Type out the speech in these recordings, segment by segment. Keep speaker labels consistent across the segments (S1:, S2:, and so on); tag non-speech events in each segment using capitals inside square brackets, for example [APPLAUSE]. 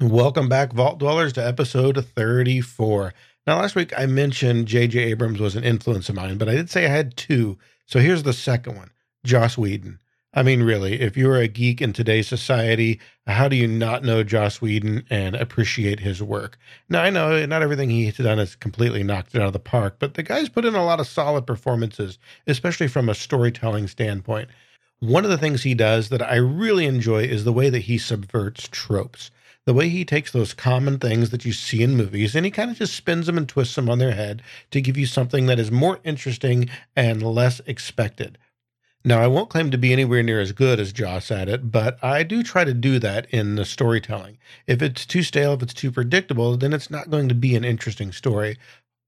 S1: Welcome back, Vault Dwellers, to episode 34. Now, last week I mentioned J.J. Abrams was an influence of mine, but I did say I had two. So here's the second one Joss Whedon. I mean, really, if you're a geek in today's society, how do you not know Joss Whedon and appreciate his work? Now, I know not everything he's done has completely knocked it out of the park, but the guy's put in a lot of solid performances, especially from a storytelling standpoint. One of the things he does that I really enjoy is the way that he subverts tropes the way he takes those common things that you see in movies and he kind of just spins them and twists them on their head to give you something that is more interesting and less expected. Now, I won't claim to be anywhere near as good as Joss at it, but I do try to do that in the storytelling. If it's too stale, if it's too predictable, then it's not going to be an interesting story.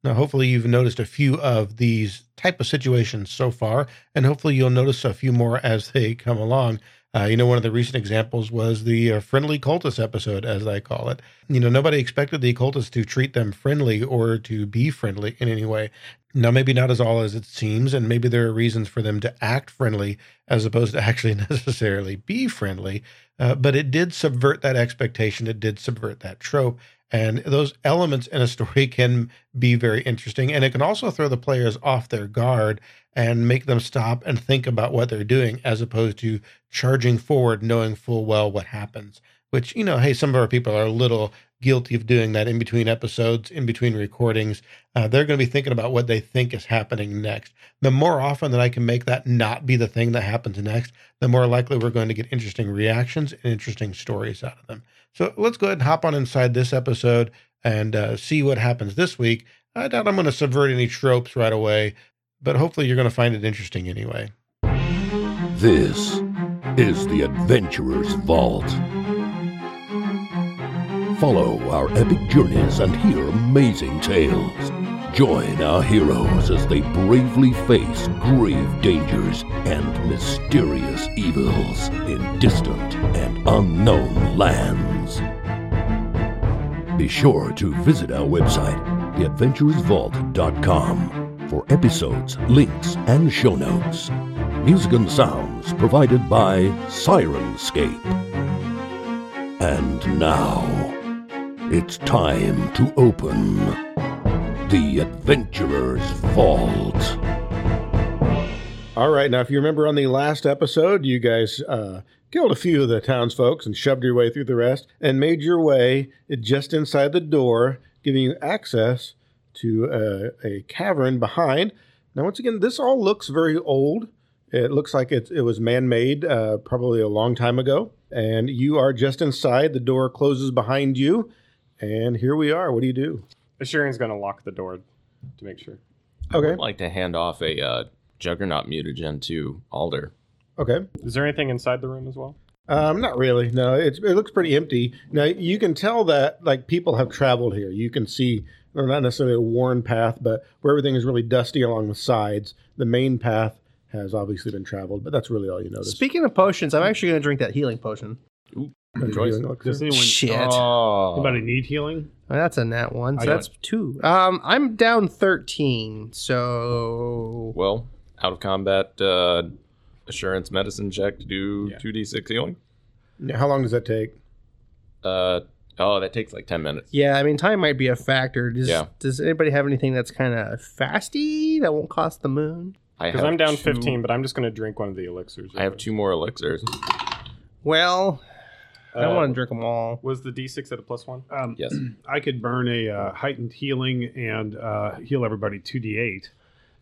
S1: Now, hopefully, you've noticed a few of these type of situations so far, and hopefully, you'll notice a few more as they come along. Uh, you know, one of the recent examples was the uh, friendly cultist episode, as I call it. You know, nobody expected the cultists to treat them friendly or to be friendly in any way. Now, maybe not as all as it seems, and maybe there are reasons for them to act friendly as opposed to [LAUGHS] actually necessarily be friendly. Uh, but it did subvert that expectation, it did subvert that trope. And those elements in a story [LAUGHS] can be very interesting. And it can also throw the players off their guard and make them stop and think about what they're doing as opposed to charging forward knowing full well what happens which you know hey some of our people are a little guilty of doing that in between episodes in between recordings uh, they're going to be thinking about what they think is happening next the more often that i can make that not be the thing that happens next the more likely we're going to get interesting reactions and interesting stories out of them so let's go ahead and hop on inside this episode and uh, see what happens this week i doubt i'm going to subvert any tropes right away but hopefully you're going to find it interesting anyway.
S2: This is the Adventurer's Vault. Follow our epic journeys and hear amazing tales. Join our heroes as they bravely face grave dangers and mysterious evils in distant and unknown lands. Be sure to visit our website, theadventurousvault.com for episodes, links, and show notes. Music and sounds provided by Sirenscape. And now, it's time to open the Adventurer's Vault.
S1: All right, now if you remember on the last episode, you guys uh, killed a few of the townsfolk and shoved your way through the rest and made your way just inside the door, giving you access to uh, a, a, cavern behind. Now, once again, this all looks very old. It looks like it, it was man made uh, probably a long time ago. And you are just inside. The door closes behind you. And here we are. What do you do?
S3: Asheron's going to lock the door to make sure.
S4: I would like to hand off a uh, Juggernaut mutagen to Alder.
S1: Okay.
S3: Is there anything inside the room as well?
S1: Um, not really. No, it looks pretty empty. Now you can tell that like people have traveled here. You can see, or not necessarily a worn path, but where everything is really dusty along the sides. The main path has obviously been traveled, but that's really all you notice.
S5: Speaking of potions, I'm actually going to drink that healing potion.
S6: Does anyone,
S5: Shit.
S6: Oh. Anybody need healing?
S5: Well, that's a nat one, so that's two. Um, I'm down 13, so
S4: Well, out of combat uh, assurance medicine check to do 2d6 healing.
S1: Now, How long does that take?
S4: Uh, oh, that takes like 10 minutes.
S5: yeah. I mean, time might be a factor. Does
S4: Yeah.
S5: Does anybody have anything that's kind of fasty that won't cost the moon?
S4: I
S3: Because
S4: have
S3: I'm down
S4: two-
S3: 15, but I'm just going to drink one of the elixirs.
S4: I have two more elixirs.
S5: Well, I
S3: Uh,
S5: don't want to drink them all.
S3: Was the D6 at a plus one?
S6: Um,
S4: Yes.
S6: I could burn a uh, heightened healing and uh, heal everybody 2d8.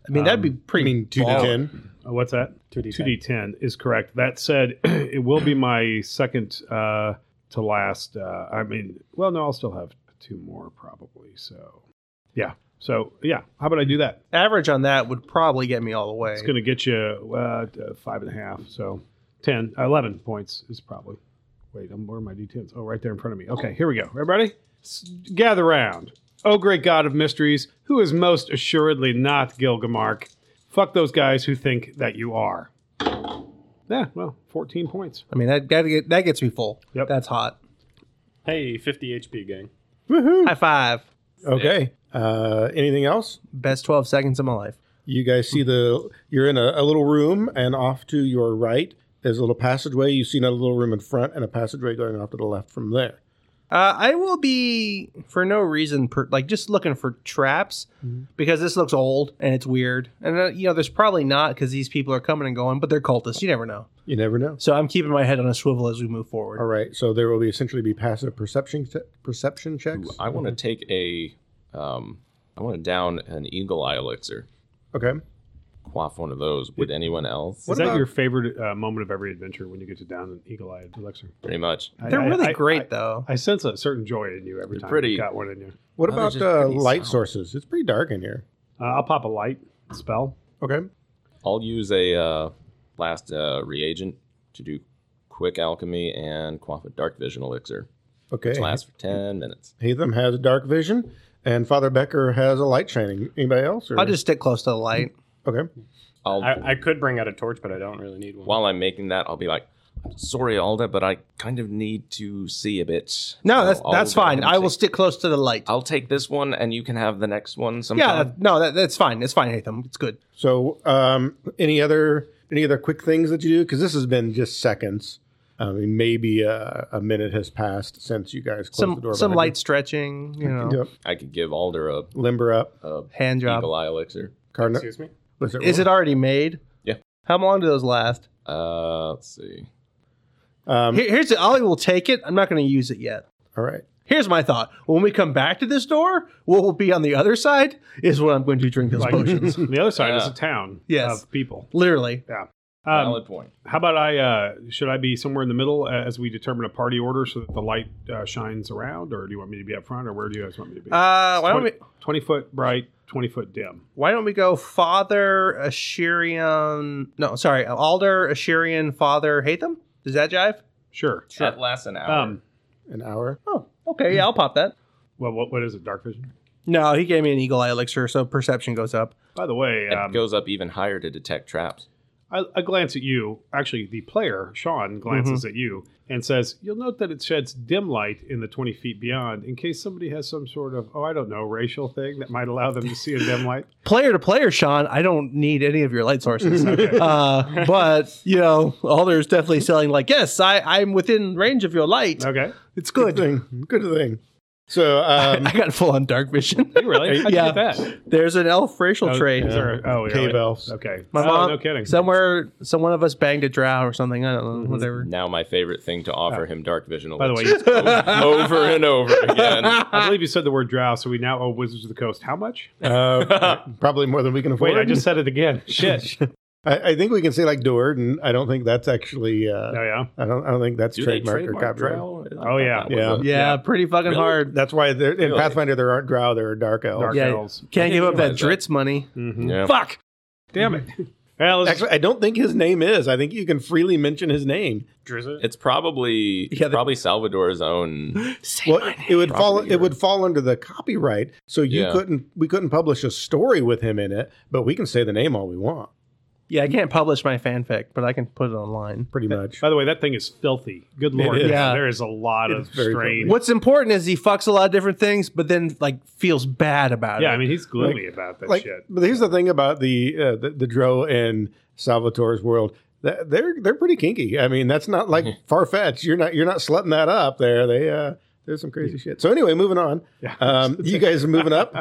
S5: I mean, that'd be
S6: um,
S5: pretty.
S1: I mean, two to
S5: baller.
S1: ten.
S6: Uh, what's that?
S3: 2D10.
S6: 2d10 is correct. That said, it will be my second uh, to last. Uh, I mean, well, no, I'll still have two more probably. So, yeah. So, yeah. How about I do that?
S5: Average on that would probably get me all the way.
S6: It's going to get you uh, to five and a half. So, 10, 11 points is probably. Wait, I'm where are my d10s? Oh, right there in front of me. Okay, here we go. Everybody, S- gather round. Oh, great God of mysteries, who is most assuredly not Gilgamark? Fuck those guys who think that you are. Yeah, well, 14 points.
S5: I mean, that that, get, that gets me full.
S6: Yep.
S5: That's hot.
S3: Hey, 50 HP, gang.
S1: Woohoo!
S5: High five.
S1: Okay. Uh, anything else?
S5: Best 12 seconds of my life.
S1: You guys see the you're in a, a little room, and off to your right there's a little passageway. You see another little room in front, and a passageway going off to the left from there.
S5: Uh, I will be for no reason, per, like just looking for traps because this looks old and it's weird, and uh, you know there's probably not because these people are coming and going, but they're cultists. You never know.
S1: You never know.
S5: So I'm keeping my head on a swivel as we move forward.
S1: All right, so there will be essentially be passive perception te- perception checks.
S4: I want to take a, um, I want to down an eagle eye elixir.
S1: Okay.
S4: Quaff one of those. Would anyone else?
S6: Is that your favorite uh, moment of every adventure when you get to down an eagle-eyed elixir?
S4: Pretty much.
S6: I-
S5: They're
S6: I-
S5: really
S6: I-
S5: great
S6: I-
S5: though.
S6: I sense a certain joy in you every
S4: They're
S6: time
S4: pretty.
S6: you got one in you.
S1: What
S4: Oh, they're
S1: about
S4: just
S1: uh,
S4: pretty
S1: light
S4: soft.
S1: sources? It's pretty dark in here.
S6: Uh, I'll pop a light spell.
S1: Okay.
S4: I'll use a uh, last uh, reagent to do quick alchemy and quaff a dark vision elixir.
S1: Okay.
S4: Which lasts for ten minutes.
S1: Heatham has dark vision, and Father Becker has a light shining. Anybody else? Or?
S5: I'll just stick close to the light.
S1: okay.
S4: I'll
S7: I, I could bring out a torch, but I don't really need one.
S4: while I'm making that, I'll be like, "Sorry, Alda, but I kind of need to see a bit."
S5: No,
S4: So
S5: that's
S4: I'll
S5: that's
S4: go ahead
S5: fine.
S4: and
S5: I will
S4: take-
S5: stick close to the light.
S4: I'll take this one, and you can have the next one. Sometime.
S5: yeah, that- no, that, that's fine. It's fine, Hatham. It's good.
S1: So, um, any other any other quick things that you do? Because this has been just seconds. I mean, maybe uh, a minute has passed since you guys closed the
S5: Some
S1: door.
S5: some
S1: behind
S5: light stretching, you
S1: you.
S5: know,
S1: Yep.
S4: I could give Alder
S1: Limber up.
S4: a, a
S5: hand job.
S4: eagle eye elixir.
S1: Cardinal.
S7: Excuse me.
S1: was
S5: Is it already made?
S4: Yeah.
S5: How long do those last?
S4: Uh, let's see.
S1: Um,
S5: Here, here's the Ollie will take it. I'm not going to use it yet.
S1: all right.
S5: Here's my thought. When we come back to this door, what will be on the other side is what I'm going to drink those
S6: Like,
S5: potions.
S6: on [LAUGHS] the other side is
S4: Yeah.
S6: a town
S5: Yes.
S6: of people.
S5: Literally.
S6: Um,
S4: Valid point.
S6: how about I? Uh, should I be somewhere in the middle uh, as we determine a party order so that the light uh, shines around, or do you want me to be up front, or where do you guys want me to be?
S5: Uh, why don't we?
S6: 20, 20 foot bright, 20 foot dim.
S5: Why don't we go Father Asherian? No, sorry, Alder Asherian. Father Hatham. Does that jive?
S6: Sure.
S4: That lasts an hour.
S6: Um,
S1: An hour.
S5: Oh, okay. Yeah, I'll pop that.
S6: well, what, what is it? Dark vision?
S5: No, he gave me an eagle eye elixir, so perception goes up.
S6: By the way,
S4: it
S6: um,
S4: goes up even higher to detect traps.
S6: I, I glance at you. Actually, the player, Sean, glances at you and says, You'll note that it sheds dim light in the 20 feet beyond in case somebody has some sort of, oh, I don't know, racial thing that might allow them to see a dim light.
S5: Player to player, Sean. I don't need any of your
S6: [LAUGHS]
S5: light sources, uh, but you know, Alder's definitely selling. Like, yes, I, I'm within range of your light.
S6: Okay.
S5: It's good.
S1: thing. Good thing. So, um,
S5: I got full on dark vision. [LAUGHS]
S6: really? How'd
S5: Yeah.
S6: you get that?
S5: There's an elf racial
S6: Oh,
S5: trait.
S6: is there a- oh, yeah.
S1: cave
S6: right.
S1: elves.
S6: Okay.
S5: My
S6: oh,
S5: mom,
S6: no kidding. Mm-hmm.
S5: Somewhere, some one of us banged a drow or something. I don't know, whatever.
S4: Now my favorite thing to offer him dark vision.
S6: By the way,
S4: elixir. [LAUGHS] over and over
S5: [LAUGHS]
S4: again.
S6: I believe you said the word drow, so we now owe Wizards of the Coast how much?
S1: Uh, [LAUGHS] probably more than we can afford.
S6: Wait, I just said it again. Shit. oh,
S1: I, I think we can say like Doord, and I don't think that's actually. Uh,
S6: yeah.
S1: I don't. I don't think that's
S4: Do they
S1: trademark, or
S4: trademark
S1: copyright.
S4: drow? I
S6: Oh,
S4: thought
S6: yeah.
S4: that was
S1: Yeah.
S4: a-
S5: Yeah, pretty fucking
S4: Really?
S5: hard.
S1: That's why there, in
S4: Really?
S1: Pathfinder there aren't drow, there are dark elves.
S6: Dark
S5: Yeah.
S6: elves.
S5: Can't give up that
S4: realize that.
S5: Dritz money.
S6: Mhm.
S4: Yeah.
S5: Fuck.
S6: Damn it. Well, let's-
S1: Actually, I don't think his name is. I think you can freely mention his name.
S7: Drizzt.
S4: It's probably
S5: Yeah, the- Hmm.
S4: probably Salvador's own.
S1: Well, it would fall.
S4: Property
S1: It would
S4: or-
S1: fall under the copyright, so you
S4: Yeah.
S1: couldn't. We couldn't publish a story with him in it, but we can say the name all we want,
S5: Yeah, I can't publish my fanfic, but I can put it online.
S1: pretty much.
S6: By the way, that thing is filthy. Good lord,
S1: is.
S5: Yeah.
S6: there is a lot
S1: It
S6: of
S1: is very
S6: strain.
S1: filthy.
S5: What's important is he fucks a lot of different things, but then like feels bad about
S6: Yeah, I
S5: it.
S6: mean, he's gloomy about that
S7: [LAUGHS]
S1: Like,
S6: shit.
S1: but here's the thing about the uh, the, the Dro in Salvatore's world. That they're they're pretty kinky. I mean, that's not like far fetched. You're not you're not slutting that up there. They uh, there's some crazy shit. So anyway, moving on.
S6: Yeah.
S1: Um, you guys are moving up.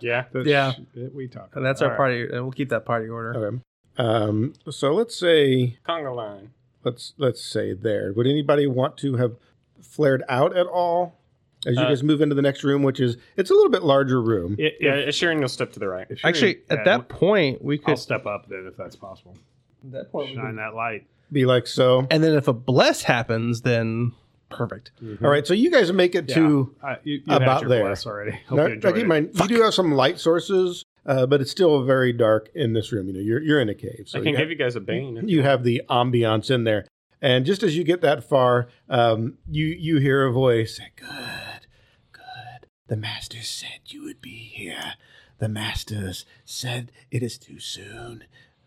S7: [LAUGHS] Yeah.
S6: The
S5: Yeah.
S6: shit that we talk.
S5: And that's
S6: about.
S5: our
S6: All Oh,
S5: party. and We'll keep that party order.
S1: Okay. Um, so let's say
S7: Conga line.
S1: let's let's say there. Would anybody want to have flared out at all as you
S7: Uh,
S1: guys move into the next room, which is it's a little bit larger room.
S6: right. If-
S7: Yeah,
S6: if-
S7: Sharon, you'll step to the right.
S6: if you're-
S5: Actually,
S6: yeah,
S5: at that point, we
S6: I'll
S5: could.
S6: step up then if that's possible.
S5: at that point, we could-
S6: Shine that light.
S1: Be like so.
S5: and then if a bless happens, then perfect.
S1: All right, so you guys make it to.
S6: I, you, you had
S1: About
S6: your
S1: there.
S6: bless already. Hope
S1: Now,
S6: you enjoyed
S1: now keep in
S6: it.
S1: mind, you do have some light sources, uh, but it's still very dark in this room. You know, you're you're in a cave, so
S7: I can
S1: you,
S7: give you guys a bane. if
S1: have, you have the ambiance in there. And just as you get that far, um, you you hear a voice say, "Good, good. The master said you would be here. The masters said it is too soon.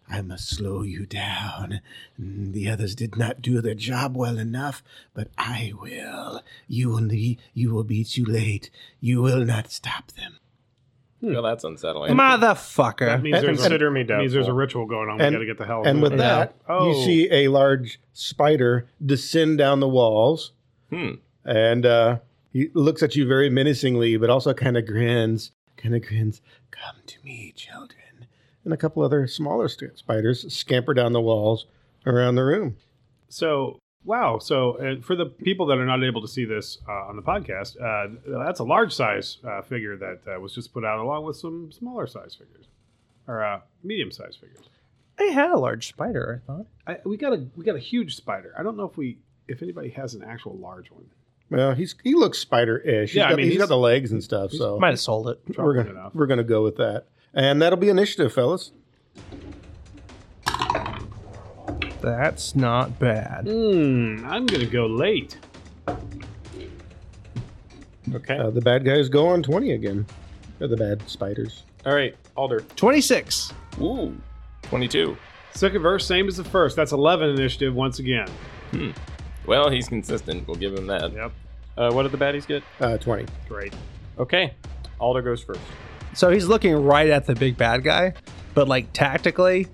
S1: I must slow you down. Mm, The others did not do their job well enough, but I will. You will be you will be too late. You will not stop them."
S4: Well, that's unsettling.
S5: Motherfucker.
S6: that means,
S1: And-
S6: there's, a,
S7: Consider me
S6: that
S7: doubtful.
S6: means there's a ritual going on.
S1: And-
S6: we got to get the hell.
S1: And
S6: out of
S1: with
S6: it.
S1: that,
S6: Oh.
S1: you see a large spider descend down the walls.
S4: Hmm.
S1: And uh, He looks at you very menacingly, but also kind of grins, kind of grins. Come to me, children. And a couple other smaller st- spiders scamper down the walls around the room.
S6: So wow. So uh, for the people that are not able to see this uh, on the podcast, uh, that's a large size uh, figure that uh, was just put out along with some smaller size figures or uh, medium size figures.
S5: I had a large spider. I thought.
S6: I, we got a we got a huge spider. I don't know if we if anybody has an actual large one.
S1: Well, he's he looks spider-ish. He's
S6: Yeah, I
S1: got-
S6: mean,
S1: he's got
S6: he's-
S1: the legs and stuff.
S6: he's
S1: So
S5: Might have sold it.
S1: we're
S6: Troubling
S1: gonna
S6: enough.
S1: we're gonna go with that, and that'll be initiative, fellas.
S5: That's not bad.
S6: Hmm. I'm gonna go late.
S8: Okay.
S1: Uh, the bad guys go on twenty again. Or the bad spiders.
S8: All right, Alder.
S5: Twenty six.
S4: Ooh, 22.
S6: Second verse, same as the first. That's 11 initiative once again.
S4: Well, he's consistent. We'll give him that.
S6: Yep.
S8: Uh, what did the baddies get?
S1: Uh, twenty.
S6: Great.
S8: Okay. Alder goes first.
S5: So he's looking right at the big bad guy, but like tactically,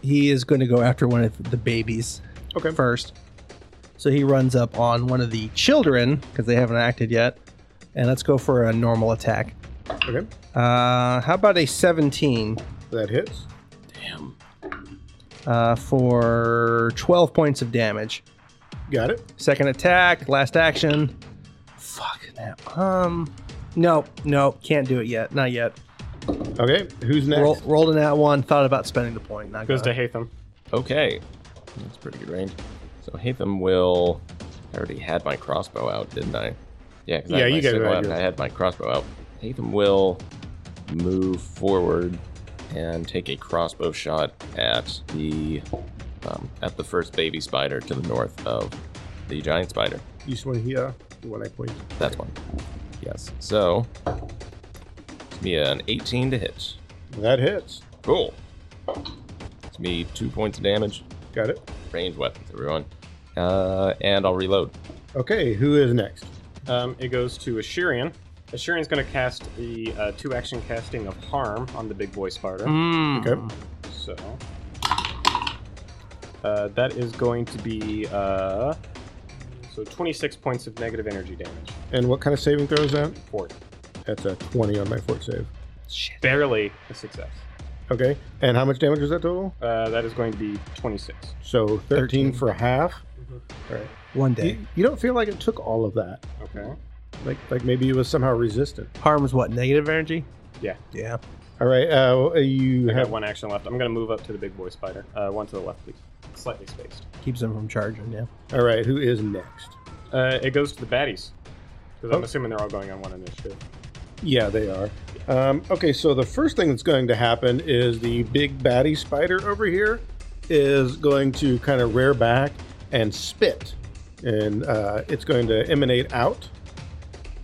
S5: he is going to go after one of the babies.
S6: Okay.
S5: First, so he runs up on one of the children because they haven't acted yet, and let's go for a normal attack.
S1: Okay,
S5: Uh, how about a seventeen
S1: that hits.
S5: uh, for twelve points of damage?
S1: Got it.
S5: Second attack, last action. Fuck that. Um, no, no, can't do it yet. Not yet.
S1: Okay, who's next?
S5: Roll, rolled in that one. Thought about spending the point. Not
S8: Goes to
S5: gonna.
S8: Hatham.
S4: Okay. That's pretty good range. So Hatham will. I already had my crossbow out, didn't I? Yeah, 'cause I
S1: Yeah,
S4: had
S1: you
S4: my
S1: guys
S4: sickle
S1: had
S4: out and
S1: yours.
S4: I had my crossbow out. Hatham will move forward and take a crossbow shot at the um, at the first baby spider to the north of the giant spider.
S1: You just want to hear the one I pointed.
S4: That's one. Yes. So, it's me an 18 to hit.
S1: That hits.
S4: Cool. It's me two points of damage.
S1: Got it.
S4: Ranged weapons, everyone. Uh, and I'll reload.
S1: Okay, who is next?
S8: Um, it goes to Assyrian. Assyrian's going to cast the uh, two action casting of harm on the big boy spider.
S5: Mm.
S1: Okay.
S8: So uh, that is going to be uh, so 26 points of negative energy damage.
S1: And what kind of saving throw is that?
S8: Fort
S1: That's a 20 on my fort save.
S8: barely a success.
S1: Okay, and how much damage was that total?
S8: Uh, that is going to be 26.
S1: So 13,
S5: 13.
S1: for half.
S5: One day.
S1: You, you don't feel like it took all of that.
S8: Okay.
S1: Like like maybe it was somehow resistant.
S5: Harm was what? Negative energy?
S8: Yeah.
S5: Yeah.
S1: All right, uh, you
S8: I got
S1: have
S8: one action left. I'm going to move up to the big boy spider. Uh, one to the left, please. Slightly spaced.
S5: Keeps them from charging, yeah.
S1: All right, who is next?
S8: Uh, it goes to the baddies. Because I'm
S1: Oh.
S8: assuming they're all going on one initiative.
S1: Yeah, they are. Um, okay, so the first thing that's going to happen is the big baddie spider over here is going to kind of rear back and spit, and uh, it's going to emanate out.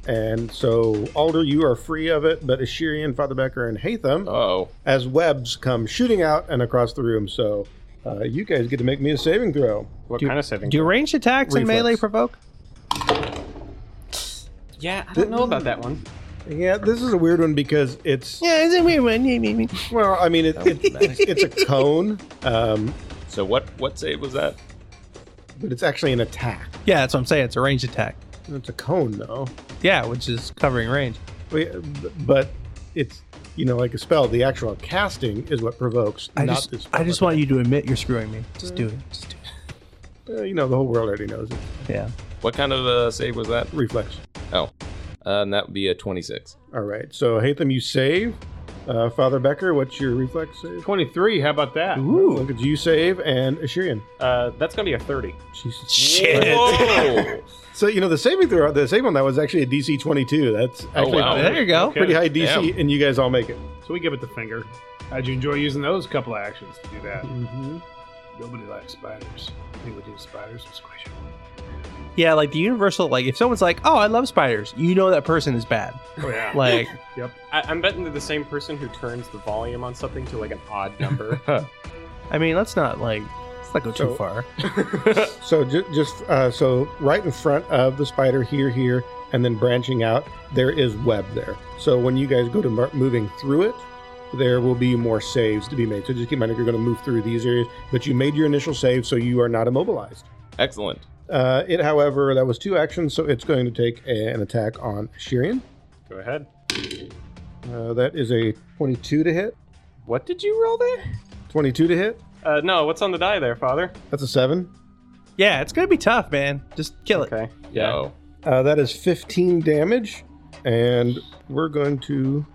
S1: And so, Alder, you are free of it, but Ashirian, Father Becker, and Hatham,
S4: Oh,
S1: as webs come shooting out and across the room. So, uh, you guys get to make me a saving throw.
S8: What
S5: Do-
S8: kind of saving?
S5: Do
S8: throw?
S5: ranged attacks and
S1: Reflex.
S5: melee provoke?
S8: yeah, I don't know about that one.
S1: Yeah, this is a weird one because it's
S5: Yeah, is it weird one?
S1: well, I mean, it,
S4: That
S1: it,
S4: would be nice.
S1: it's a cone, um,
S4: so what? What save was that?
S1: but it's actually an attack.
S5: Yeah, that's what I'm saying. It's a ranged attack.
S1: It's a cone, though.
S5: Yeah, which is covering range.
S1: Wait, But it's you know like a spell. The actual casting is what provokes.
S5: I
S1: not
S5: just,
S1: this.
S5: I just want you to admit you're screwing me. Just do it. Just do it.
S1: Uh, you know the whole world already knows it.
S5: Yeah.
S4: What kind of uh, save was that?
S1: Reflex.
S4: Oh, uh, and that would be a 26.
S1: All right. So Hatham, you save. Uh, Father Becker, what's your reflex save?
S6: 23. How about that?
S1: Look at you save and Ashirian.
S8: Uh, that's going to be a 30.
S1: Jesus.
S5: Shit.
S8: Oh!
S4: Whoa!
S1: So you know the saving throw, the save on that was actually a DC 22. That's actually
S4: Oh, wow.
S5: There you go.
S1: pretty high DC,
S4: Damn.
S1: and you guys all make it.
S6: So we give it the finger. How'd you enjoy using those couple of actions to do that?
S5: Mm-hmm.
S6: Nobody likes spiders. They would do spiders and squish them.
S5: Yeah, like the universal, like if someone's like, oh, I love spiders, you know that person is bad.
S6: Oh, yeah.
S5: [LAUGHS] Like,
S8: I- I'm betting they're the same person who turns the volume on something to like an
S5: [LAUGHS]
S8: odd number.
S5: I mean, let's not like, let's not go too
S1: So-
S5: far.
S1: So ju- just uh, so right in front of the spider here, here, and then branching out, there is web there. So when you guys go to mar- moving through it, there will be more saves to be made. So just keep in mind if you're going to move through these areas, but you made your initial save, so you are not immobilized.
S4: Excellent.
S1: Uh, it, however, that was two actions, so it's going to take a- an attack on Shirian.
S8: Go ahead.
S1: Uh, that is a 22 to hit.
S8: What did you roll there?
S1: 22 to hit.
S8: Uh, no, what's on the die there, Father?
S1: That's a 7.
S5: Yeah, it's gonna be tough, man. Just kill it.
S8: Okay.
S4: Yeah.
S1: Uh, that is 15 damage, and we're going to.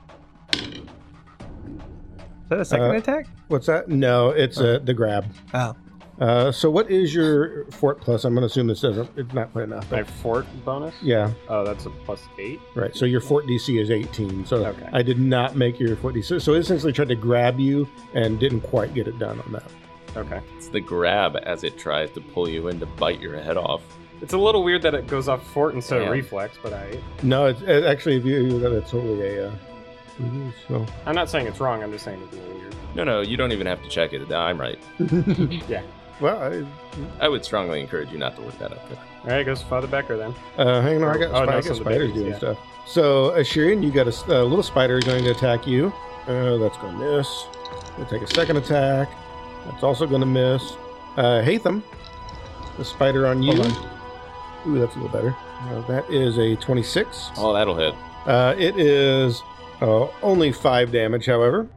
S5: Is that a second
S1: Uh,
S5: attack?
S1: What's that? No, it's uh, the grab.
S5: Oh,
S1: Uh, so, what is your fort plus? I'm going to assume this doesn't. It's not quite enough.
S8: My
S1: But
S8: fort bonus?
S1: yeah,
S8: Oh, that's a plus eight.
S1: right. So your fort DC is 18. So
S8: Okay.
S1: I did not make your fort DC. So it essentially tried to grab you and didn't quite get it done on that.
S8: Okay.
S4: It's the grab as it tries to pull you in to bite your head off.
S8: It's a little weird that it goes off fort instead of
S4: Yeah.
S8: reflex, but I.
S1: No, it's it, actually if you that it's totally a. Uh, so
S8: I'm not saying it's wrong. I'm just saying it's a little weird.
S4: No, no, you don't even have to check it. I'm right.
S1: well, I,
S4: I would strongly encourage you not to look that up.
S8: All right, goes Father Becker then.
S1: Uh, hang on, I got,
S8: Oh, no,
S1: I
S8: some
S1: got
S8: of the
S1: spiders
S8: babies,
S1: doing
S8: yeah.
S1: stuff. So, Ashirian, you got a s- a, little spider going to attack you. Uh, that's going to miss. Gonna take a second attack. That's also going to miss. Uh, Hatham, the spider on you. Ooh, that's a little better. Uh, that is a 26.
S4: Oh, that'll hit.
S1: Uh, it is uh, only five damage, however.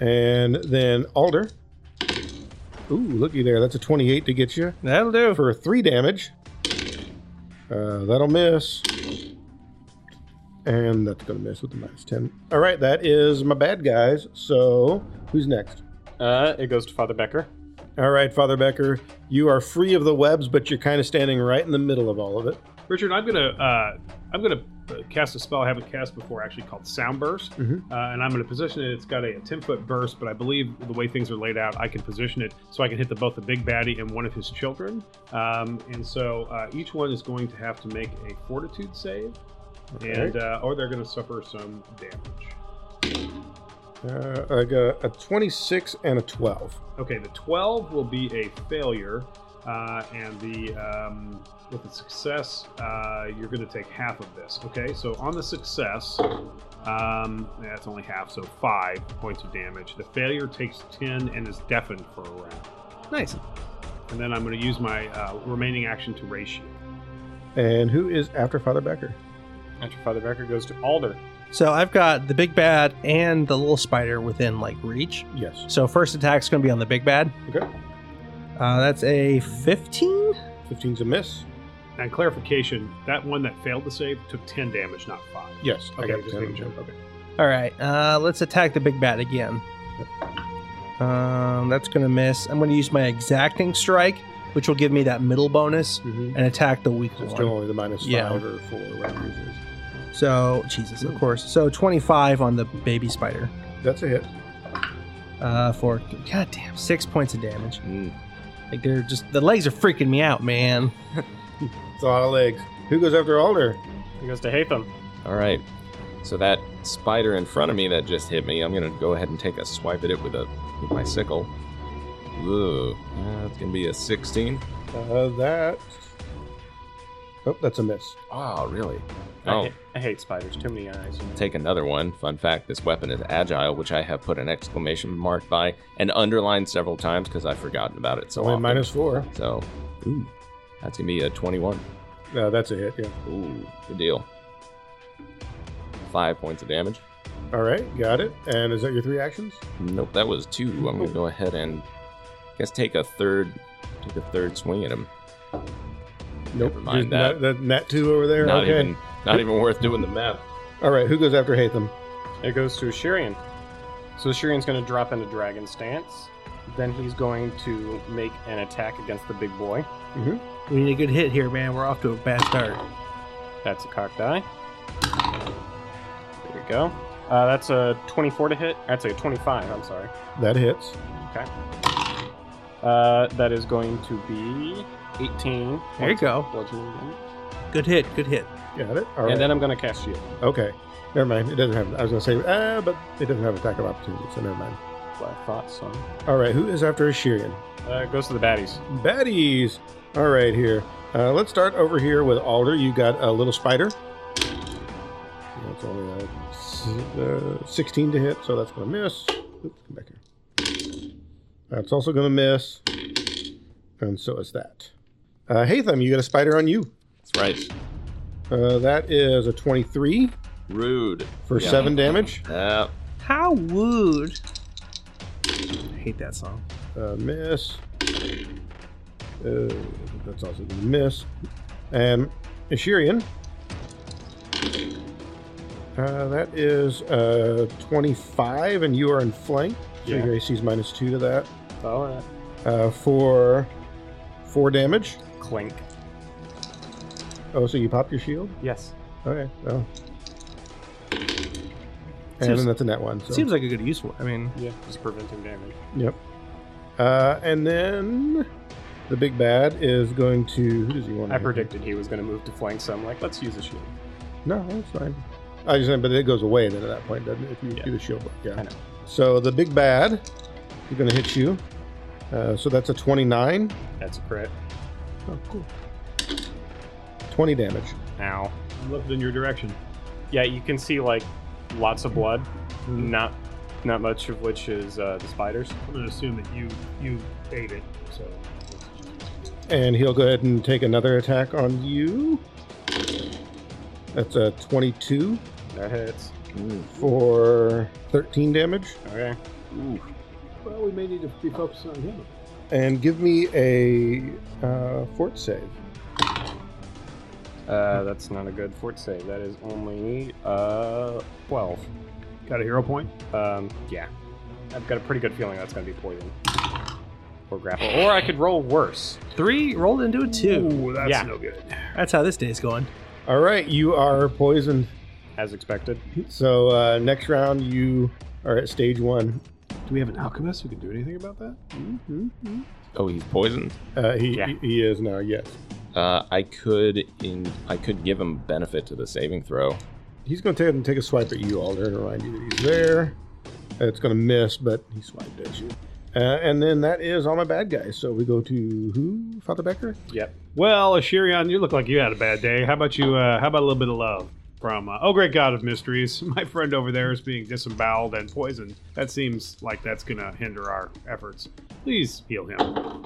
S1: And then Alder. Ooh, looky there. That's a 28 to get you
S5: that'll do.
S1: for three damage. Uh, that'll miss. And that's going to miss with the minus 10. All right, that is my bad guys. So who's next?
S8: Uh, it goes to Father Becker.
S1: All right, Father Becker, you are free of the webs, but you're kind of standing right in the middle of all of it.
S6: Richard, I'm gonna uh, I'm gonna uh, cast a spell I haven't cast before, actually called Sound Burst,
S1: Mhm.
S6: uh, and I'm gonna position it. It's got a, 10 foot burst, but I believe the way things are laid out, I can position it so I can hit the, both the big baddie and one of his children. Um, and so uh, each one is going to have to make a Fortitude save, and uh, or they're gonna suffer some damage.
S1: Uh, I got a 26 and a 12.
S6: Okay, the 12 will be a failure, uh, and the um, with the success, uh, you're going to take half of this. Okay, so on the success, um, that's only half, so five points of damage. The failure takes 10 and is deafened for a round.
S5: Nice.
S6: And then I'm going to use my uh, remaining action to raise you.
S1: And who is after Father Becker?
S8: After Father Becker goes to Alder.
S5: So I've got the big bad and the little spider within like reach.
S1: Yes.
S5: So first attack's gonna be on the big bad.
S1: Okay.
S5: Uh, that's a 15.
S1: 15's a miss.
S6: And clarification: that one that failed to save took 10 damage, not five.
S1: Yes. I
S6: Okay,
S1: got
S6: just
S1: 10
S6: making sure.
S1: on
S6: Okay.
S5: All right, uh, let's attack the big bat again. Um, that's gonna miss. I'm gonna use my exacting strike, which will give me that middle bonus,
S1: that. Mhm.
S5: and attack the weak
S1: So it's still
S5: one.
S1: only the minus
S5: Yeah.
S1: 5 or 4, whatever it is.
S5: So Jesus, of course. So 25 on the baby spider
S1: That's a hit.
S5: uh, for goddamn six points of damage.
S4: Mm.
S5: Like they're just the legs are freaking me out, man.
S1: It's a lot of legs. Who goes after Alder?
S8: It goes to Hatham.
S4: All right. So that spider in front of me that just hit me, I'm gonna go ahead and take a swipe at it with a with my sickle. Ooh, uh, that's gonna be a 16.
S1: Uh, that. Oh, that's a miss.
S4: Oh, really?
S8: I,
S4: Oh,
S8: hate, I hate spiders. Too many eyes.
S4: take another one. Fun fact: this weapon is agile, which I have put an exclamation mark by and underlined several times because I've forgotten about it so
S1: Only
S4: often.
S1: minus four.
S4: So, ooh, that's gonna be a 21.
S1: No, that's a hit. Yeah.
S4: Ooh, good deal. Five points of damage.
S1: All right, got it. And is that your three actions?
S4: Nope, that was two. I'm gonna go ahead and I guess take a third, take a third swing at him. Never
S1: Just
S4: mind
S1: Nat,
S4: that.
S1: that nat two over there.
S4: Not
S1: okay.
S4: even, not even worth doing the math.
S1: All right. Who goes after Hatham?
S8: It goes to Ashirian. So Ashirian's going to drop into dragon stance. Then he's going to make an attack against the big boy.
S5: We need a good hit here, man. We're off to a bad start.
S8: That's a cocked eye. There we go. Uh, that's a 24 to hit. That's a 25. I'm sorry.
S1: That hits.
S8: Uh, that is going to be 18.
S5: There you go.
S8: Bludgeoning damage.
S5: Good hit, good hit.
S1: Got it. All
S8: And
S1: right.
S8: then I'm going to cast shield.
S1: okay. Never mind. It doesn't have. I was gonna say, ah, but it doesn't have attack of opportunity, so never mind.
S8: That's what I thought so.
S1: All right. Who is after Ashirian?
S8: Uh, it goes to the baddies.
S1: Baddies. All right, here. Uh, let's start over here with Alder. You got a little spider. That's only a s- uh, 16 to hit, so that's going to miss. Oops, come back here. That's also going to miss. And so is that. Uh, Hatham, you got a spider on you.
S4: That's right.
S1: Uh, that is a 23
S4: Rude.
S1: for
S4: Yeah.
S1: 7 damage.
S4: Uh,
S5: How would? I hate that song.
S1: Uh, miss. Uh, that's also going to miss. And Ishirian. Uh, that is uh, 25, and you are in flank. So
S6: Yeah.
S1: your AC is minus 2 to that.
S8: All right.
S1: Uh, for 4 damage.
S8: Clink.
S1: Oh, so you popped your shield?
S8: Yes.
S1: Okay. Oh. And
S5: Seems-
S1: then that's a net one. So.
S5: Seems like a good use one. I mean,
S8: Yeah. Just preventing damage.
S1: Yep. Uh, and then the big bad is going to. Who does he want? to
S8: I
S6: Mm-hmm.
S1: hit?
S8: predicted he was going to move to flank, so I'm like, let's use a shield.
S1: No, that's fine. I just but it goes away then at that point, doesn't it? If you
S8: Yeah.
S1: do the shield, block. yeah.
S8: I know.
S1: So the big bad is going to hit you. Uh, so that's a 29.
S8: That's a crit.
S1: Oh, cool. 20 damage.
S8: Ow.
S6: I'm looking in your direction.
S8: Yeah, you can see like lots of blood. Not not much of which is uh, the spiders.
S6: Mm-hmm. I'm gonna assume that you you ate it. So
S1: And he'll go ahead and take another attack on you. That's a 22
S8: That hits.
S1: for 13 damage.
S8: Okay. Uh,
S6: well, we may need to be focused on him.
S1: And give me a uh, fort save.
S6: Mm-hmm.
S8: Uh, that's not a good fort save. That is only uh 12.
S6: Got a hero point.
S8: Um, yeah. I've got a pretty good feeling that's going to be poison or grapple, or I could roll worse.
S5: three rolled into a two.
S6: Ooh, that's
S8: Yeah.
S6: no good.
S5: That's how this day's going.
S1: All right, you are poisoned.
S8: As expected.
S1: So uh, next round, you are at stage one.
S6: Do we have an alchemist who can do anything about that?
S4: oh, he's poisoned.
S1: Uh, he,
S8: Yeah.
S1: he he is now. Yes,
S4: Uh, I could in I could give him benefit to the saving throw.
S1: he's going to take and take a swipe at you, Alder, to remind you that he's there. It's going to miss, but he swiped at you. Uh, and then that is all my bad guys. So we go to who? Father Becker.
S8: Yep.
S6: Well, Asherion, you look like you had a bad day. How about you? Uh, how about a little bit of love from? Uh, oh, great God of mysteries! [LAUGHS] My friend over there is being disemboweled and poisoned. That seems like that's gonna hinder our efforts. Please heal him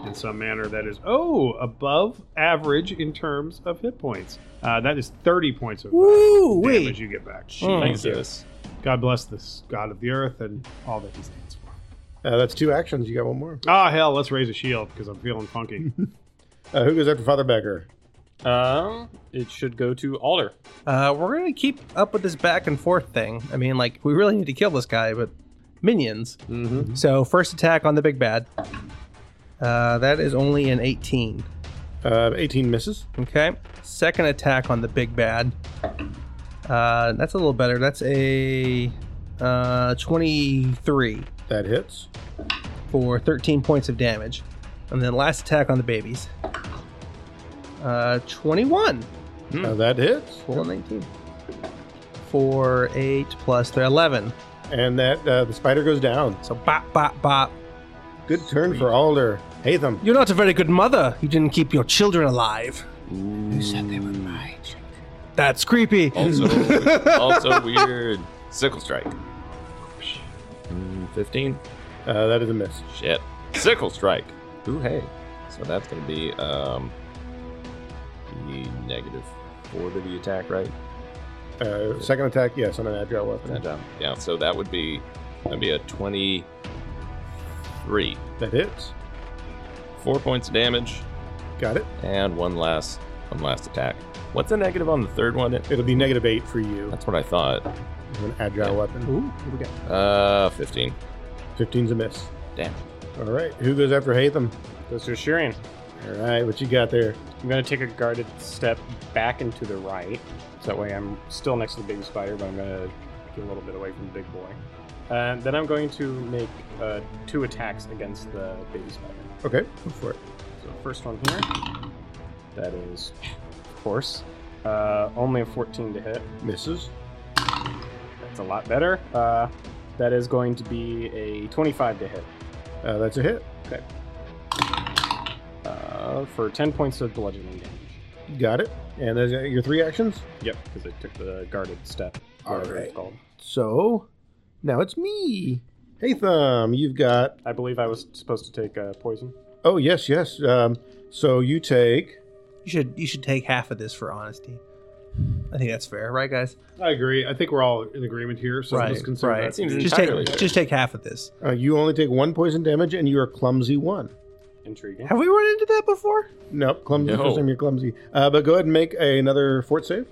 S6: in some manner that is oh above average in terms of hit points. Uh, that is thirty points of
S5: Woo!
S6: damage
S5: Wait.
S6: you get
S8: Oh,
S6: back.
S5: Mm.
S4: Jesus.
S6: God bless this God of the Earth and all that he stands for.
S1: Uh, that's two actions. You got one more.
S6: Ah, hell, let's raise a shield because I'm feeling funky.
S1: Uh, who goes after Father Becker?
S8: Um, it should go to Alder.
S5: Uh, we're gonna keep up with this back and forth thing. I mean, like we really need to kill this guy, but minions.
S8: Mm-hmm.
S5: So first attack on the big bad. Uh, that is only an 18.
S1: Uh, 18 misses.
S5: Okay. Second attack on the big bad. Uh, that's a little better. That's a uh, 23
S1: That hits.
S5: for 13 points of damage. And then last attack on the babies. Uh, 21
S1: Uh, that hits.
S5: Roll a 19 for 8 plus 3, 11.
S1: And that uh, the spider goes down.
S5: So bop, bop, bop.
S1: Good turn for Alder. Hatham.
S5: You're not a very good mother. You didn't keep your children alive.
S4: Who said they were Oh. mine?
S5: That's creepy.
S4: Also,
S1: [LAUGHS]
S4: also weird. Sickle strike. Mm, Fifteen.
S1: Uh, that is a miss.
S4: Shit. Sickle strike. Ooh hey. So that's gonna be um the negative four to the attack, right?
S1: Uh, second attack, yes, on an agile
S4: Put that
S1: weapon.
S4: down. um, Yeah. So that would be that'd be a twenty-three.
S1: That hits.
S4: Four points of damage
S1: Got it.
S4: and one last one last attack. What's the negative on the third one?
S1: It'll be negative eight for you.
S4: That's what I thought.
S1: with an agile weapon.
S6: Ooh, what we got?
S4: Uh, 15.
S1: 15's a miss.
S4: Damn.
S1: All right. Who goes after Hatham?
S8: Goes to Shirian.
S1: All right. What you got there?
S8: I'm going to take a guarded step back into the right. So that way I'm still next to the big spider, but I'm going to get a little bit away from the big boy. And then I'm going to make uh, two attacks against the baby spider.
S1: Okay. Go for it.
S8: So first one here. That is, of course, uh, only a 14 to hit.
S1: Misses.
S8: That's a lot better. Uh, that is going to be a 25 to hit
S1: Uh, that's a hit.
S8: uh, for 10 points of bludgeoning damage.
S1: Got it. And those are your three actions.
S8: Yep, because I took the guarded step.
S1: All
S8: whatever it's
S1: right.
S8: called.
S1: So now it's me. Hatham, you've got.
S8: I believe I was supposed to take uh, poison.
S1: Oh, yes, yes. Um, so you take
S5: You should you should take half of this for honesty. I think that's fair, right, guys?
S6: I agree. I think we're all in agreement here. So
S5: Right,
S6: let's consider
S5: right.
S6: that.
S8: That seems
S5: Just
S8: entirely
S5: take
S8: fair.
S5: just take half of this.
S1: Uh, you only take one poison damage, and you're a clumsy one.
S8: intriguing.
S5: Have we run into that before?
S1: Nope, clumsy.
S4: No.
S1: First time you're clumsy. Uh, but go ahead and make a, another fort save.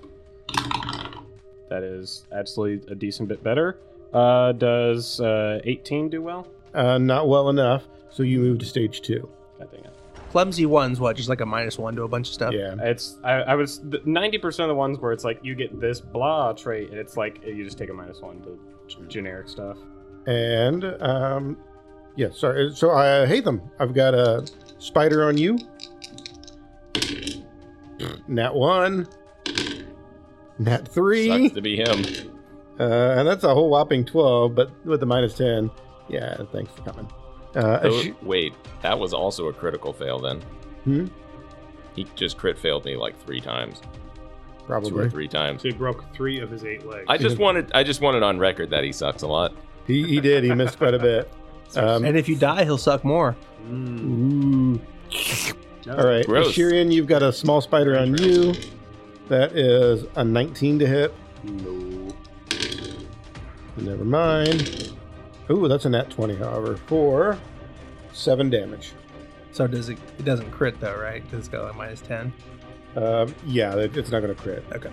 S8: That is absolutely a decent bit better. Uh, does uh, 18 do well?
S1: Uh, not well enough, so you move to stage two.
S8: I think it-
S5: Clumsy one's what, just like a minus one to a bunch of stuff.
S1: Yeah.
S8: [LAUGHS] it's. I, I was the- 90% of the ones where it's like you get this blah trait, and it's like you just take a minus one to g- generic stuff.
S1: And um, yeah, sorry. So I uh, hate them. I've got a spider on you. Nat one. Nat three.
S4: Sucks to
S1: [LAUGHS]
S4: be him.
S1: Uh, and that's a whole whopping twelve, but with the minus ten. Yeah. Thanks for coming. Uh, a
S4: Oh,
S1: sh-
S4: wait, that was also a critical fail then.
S1: Hmm?
S4: He just crit failed me like three times, two
S1: probably.
S4: or three times.
S6: So he broke three of his eight legs.
S4: I just wanted, I just wanted on record that he sucks a lot.
S1: He, he did. He missed quite a
S4: [LAUGHS]
S1: bit. Um,
S5: And if you die, he'll suck more.
S6: Mm,
S1: Ooh.
S6: no.
S1: All right,
S4: Gross.
S1: Shirian, you've got a small spider on you. That is a 19 to hit.
S8: No.
S1: Never mind. Ooh, that's a nat 20, however, for seven damage.
S5: So does it? It doesn't crit though, right? Because it's got like minus ten.
S1: Um, yeah, it- it's not going to crit.
S5: Okay.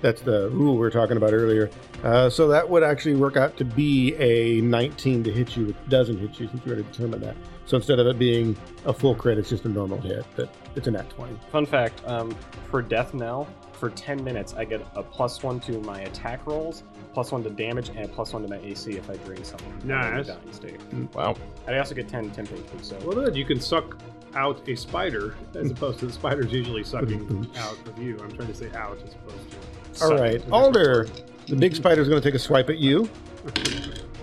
S1: That's the rule we were talking about earlier. Uh, so that would actually work out to be a 19 to hit you, which doesn't hit you since you already determined that. So instead of it being a full crit, it's just a normal hit, but it's a nat 20.
S8: Fun fact um, for Death Knell, for 10 minutes, I get a plus one to my attack rolls, plus one to damage, and a plus one to my AC if I drain something. in the
S6: Nice.
S8: Dying state.
S4: Wow.
S8: I also get 10 temp HP, so
S6: Well, good. You can suck out a spider as opposed to the spiders usually
S8: [LAUGHS]
S6: sucking out of you. I'm trying to say out as opposed to.
S1: All
S6: suck.
S1: right, Oh. Alder. The big spider's going to take a swipe at you.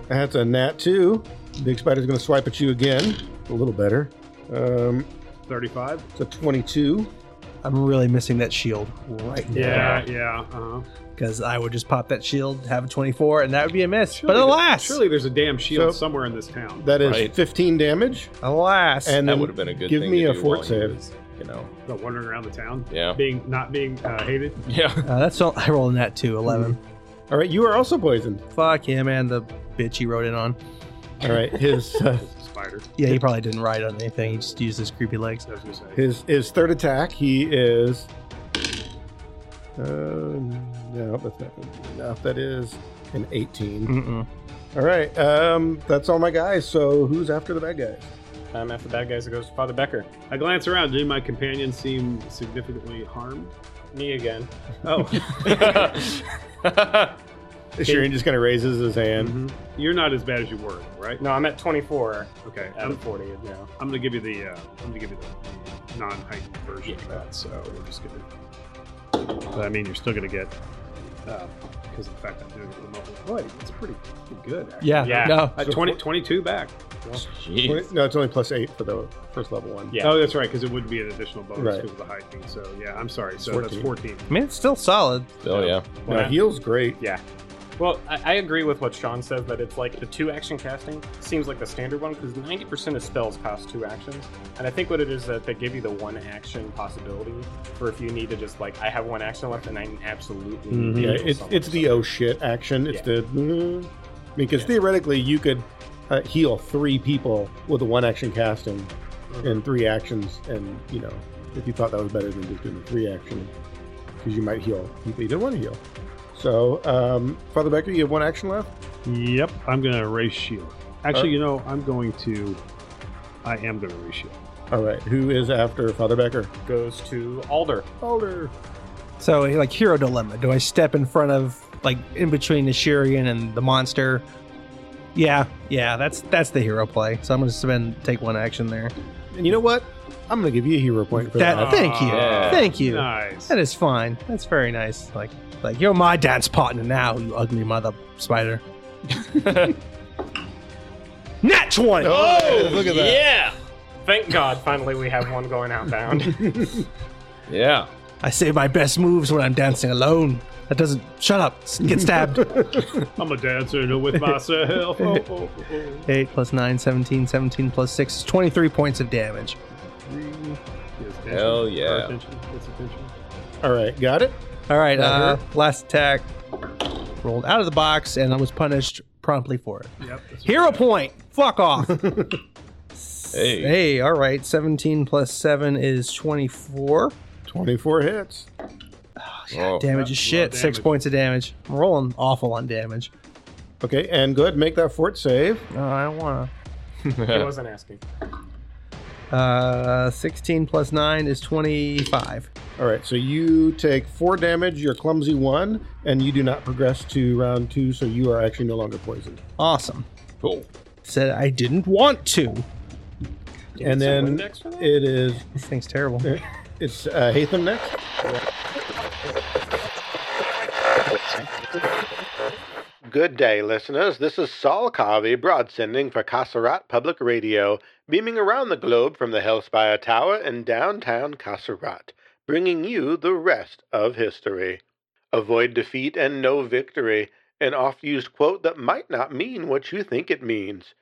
S1: That's a nat two. Big spider's going to swipe at you again. A little better. Um,
S6: 35.
S1: it's a 22.
S5: I'm really missing that shield right now.
S6: Yeah, yeah. Uh-huh.
S5: Because I would just pop that shield, have a 24, and that would be a miss.
S6: Surely
S5: but
S6: there-
S5: alas,
S6: Surely there's a damn shield
S1: So-
S6: somewhere in this town.
S1: That is
S4: Right.
S1: 15 damage.
S5: alas.
S1: And
S4: that
S1: then
S4: would have been a good
S1: give
S4: thing
S1: me
S4: to
S1: a
S4: do
S1: fort
S4: while he
S1: save.
S4: was, you know. [LAUGHS]
S6: The wandering around the town,
S4: Yeah.
S6: being not being uh, hated.
S4: Yeah.
S5: uh, that's all. I rolled in that too, 11.
S1: Mm-hmm. All right, you are also poisoned.
S5: Fuck him and the bitch he rode in on.
S1: All right, [LAUGHS] his uh,
S6: Spider.
S5: Yeah, he probably didn't ride on anything. He just used his creepy legs.
S6: As we say.
S1: his his third attack. He is. Uh, no, that's not going to be enough. That is an 18.
S5: Mm-mm.
S1: All right, um, that's all my guys. So who's after the bad guys?
S8: um, after bad guys, it goes to Father Becker.
S6: I glance around. Do any of my companions seem significantly harmed?
S8: Me again.
S6: Oh,
S1: Shireen just kind of raises his hand.
S6: mhm. you're not as bad as you were, right?
S8: No, I'm at 24
S6: Okay.
S8: out
S6: I'm,
S8: of 40 now.
S6: I'm gonna give you the. Uh, I'm gonna give you the non-height version of that. So we're just gonna. But I mean, you're still gonna get. Because of the fact I'm doing it remotely. Boy, it's pretty, pretty good. Actually.
S5: Yeah.
S8: Yeah.
S5: No.
S6: Uh, 20, 22 back.
S4: Jeez.
S1: No, it's only plus eight for the first level one.
S8: Yeah.
S6: Oh, that's right, because it would be an additional bonus
S1: Right.
S6: because of the height thing. So yeah, I'm sorry. So that's
S1: 14.
S6: 14.
S5: I mean, it's still solid.
S4: Still, Oh, yeah.
S1: No, heal's great.
S8: Well, I, I agree with what Sean says that it's like the two action casting seems like the standard one because 90% of spells cost two actions. And I think what it is that they give you the one action possibility for if you need to just like, I have one action left and I absolutely need to
S1: Yeah,
S8: heal
S1: it's
S8: someone.
S1: it's the oh shit action. It's the mm, because
S8: Yeah.
S1: theoretically you could uh, heal three people with a one action casting and three actions, and you know if you thought that was better than just doing the three action because you might heal people you didn't want to heal. So, um, Father Becker, you have one action left.
S6: Yep, I'm gonna erase shield. Actually, you know, I'm going to. I am gonna erase shield.
S1: All right, who is after Father Becker?
S8: goes to Alder.
S1: Alder.
S5: So, like, hero dilemma. Do I step in front of, like, in between the Shurian and the monster? Yeah, yeah, that's that's the hero play. So I'm gonna spend take one action there.
S1: And you know what? I'm going to give you a hero point for
S5: That,
S1: that.
S5: thank you,
S4: Yeah.
S5: thank you.
S6: Nice.
S5: That is fine. That's very nice. Like, like you're my dance partner now, you ugly mother spider. [LAUGHS] Nat twenty.
S1: Oh, look at that.
S8: Yeah! Thank God, finally we have one going outbound.
S4: Yeah.
S5: I say my best moves when I'm dancing alone. That doesn't. Shut up. S- Get stabbed.
S6: I'm a dancer with myself.
S4: [LAUGHS]
S6: Oh, oh, oh, oh.
S5: Eight plus nine, 17, 17 plus six is twenty-three points of damage.
S6: He has oh, attention.
S4: Hell
S6: Our
S4: yeah.
S6: attention, gets attention.
S1: All right, got it.
S5: All right, uh,
S1: Better.
S5: last attack rolled out of the box, and I was punished promptly for it.
S6: Yep. that's
S5: Hero point. Fuck off.
S4: Hey.
S5: Hey, all right. 17 plus 7 is 24.
S1: Twenty-four hits.
S4: Oh,
S5: Damage is shit. Six
S6: damage.
S5: points of damage. I'm rolling awful on damage.
S1: Okay, and go ahead and make that fort save.
S5: Uh, I don't want
S8: He wasn't asking.
S5: to. Uh, 16 plus 9 is 25.
S1: All right, so you take four damage. You're clumsy one, and you do not progress to round two, so you are actually no longer poisoned.
S5: Awesome.
S4: [LAUGHS] cool.
S5: Said I didn't want to.
S1: and then
S8: Windex for that?
S1: it is [LAUGHS]
S5: This thing's terrible.
S1: it's uh, Hatham next. Good day, listeners. This is Saul Carvey broadsending for Kasserat Public Radio, beaming around the globe from the Hellspire Tower in downtown Kasserat, bringing you the rest of history. Avoid defeat and know victory, an oft used quote that might not mean what you think it means.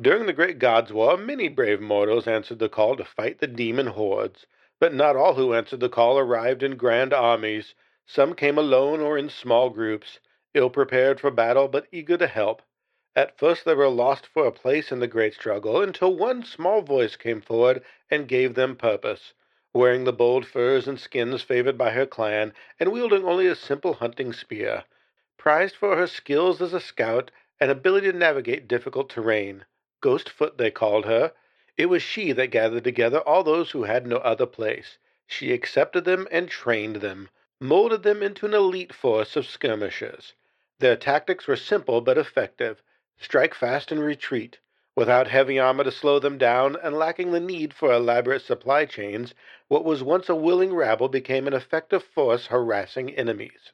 S1: During the Great God's War, many brave mortals answered the call to fight the demon hordes, but not all who answered the call arrived in grand armies. Some came alone or in small groups, ill prepared for battle but eager to help. At first they were lost for a place in the great struggle until one small voice came forward and gave them purpose. Wearing the bold furs and skins favored by her clan, and wielding only a simple hunting spear, prized for her skills as a scout and ability to navigate difficult terrain. Ghostfoot they called her. It was she that gathered together all those who had no other place. She accepted them and trained them, molded them into an elite force of skirmishers. Their tactics were simple but effective strike fast and retreat. Without heavy armor to slow them down and lacking the need for elaborate supply chains, what was once a willing rabble became an effective force harassing enemies.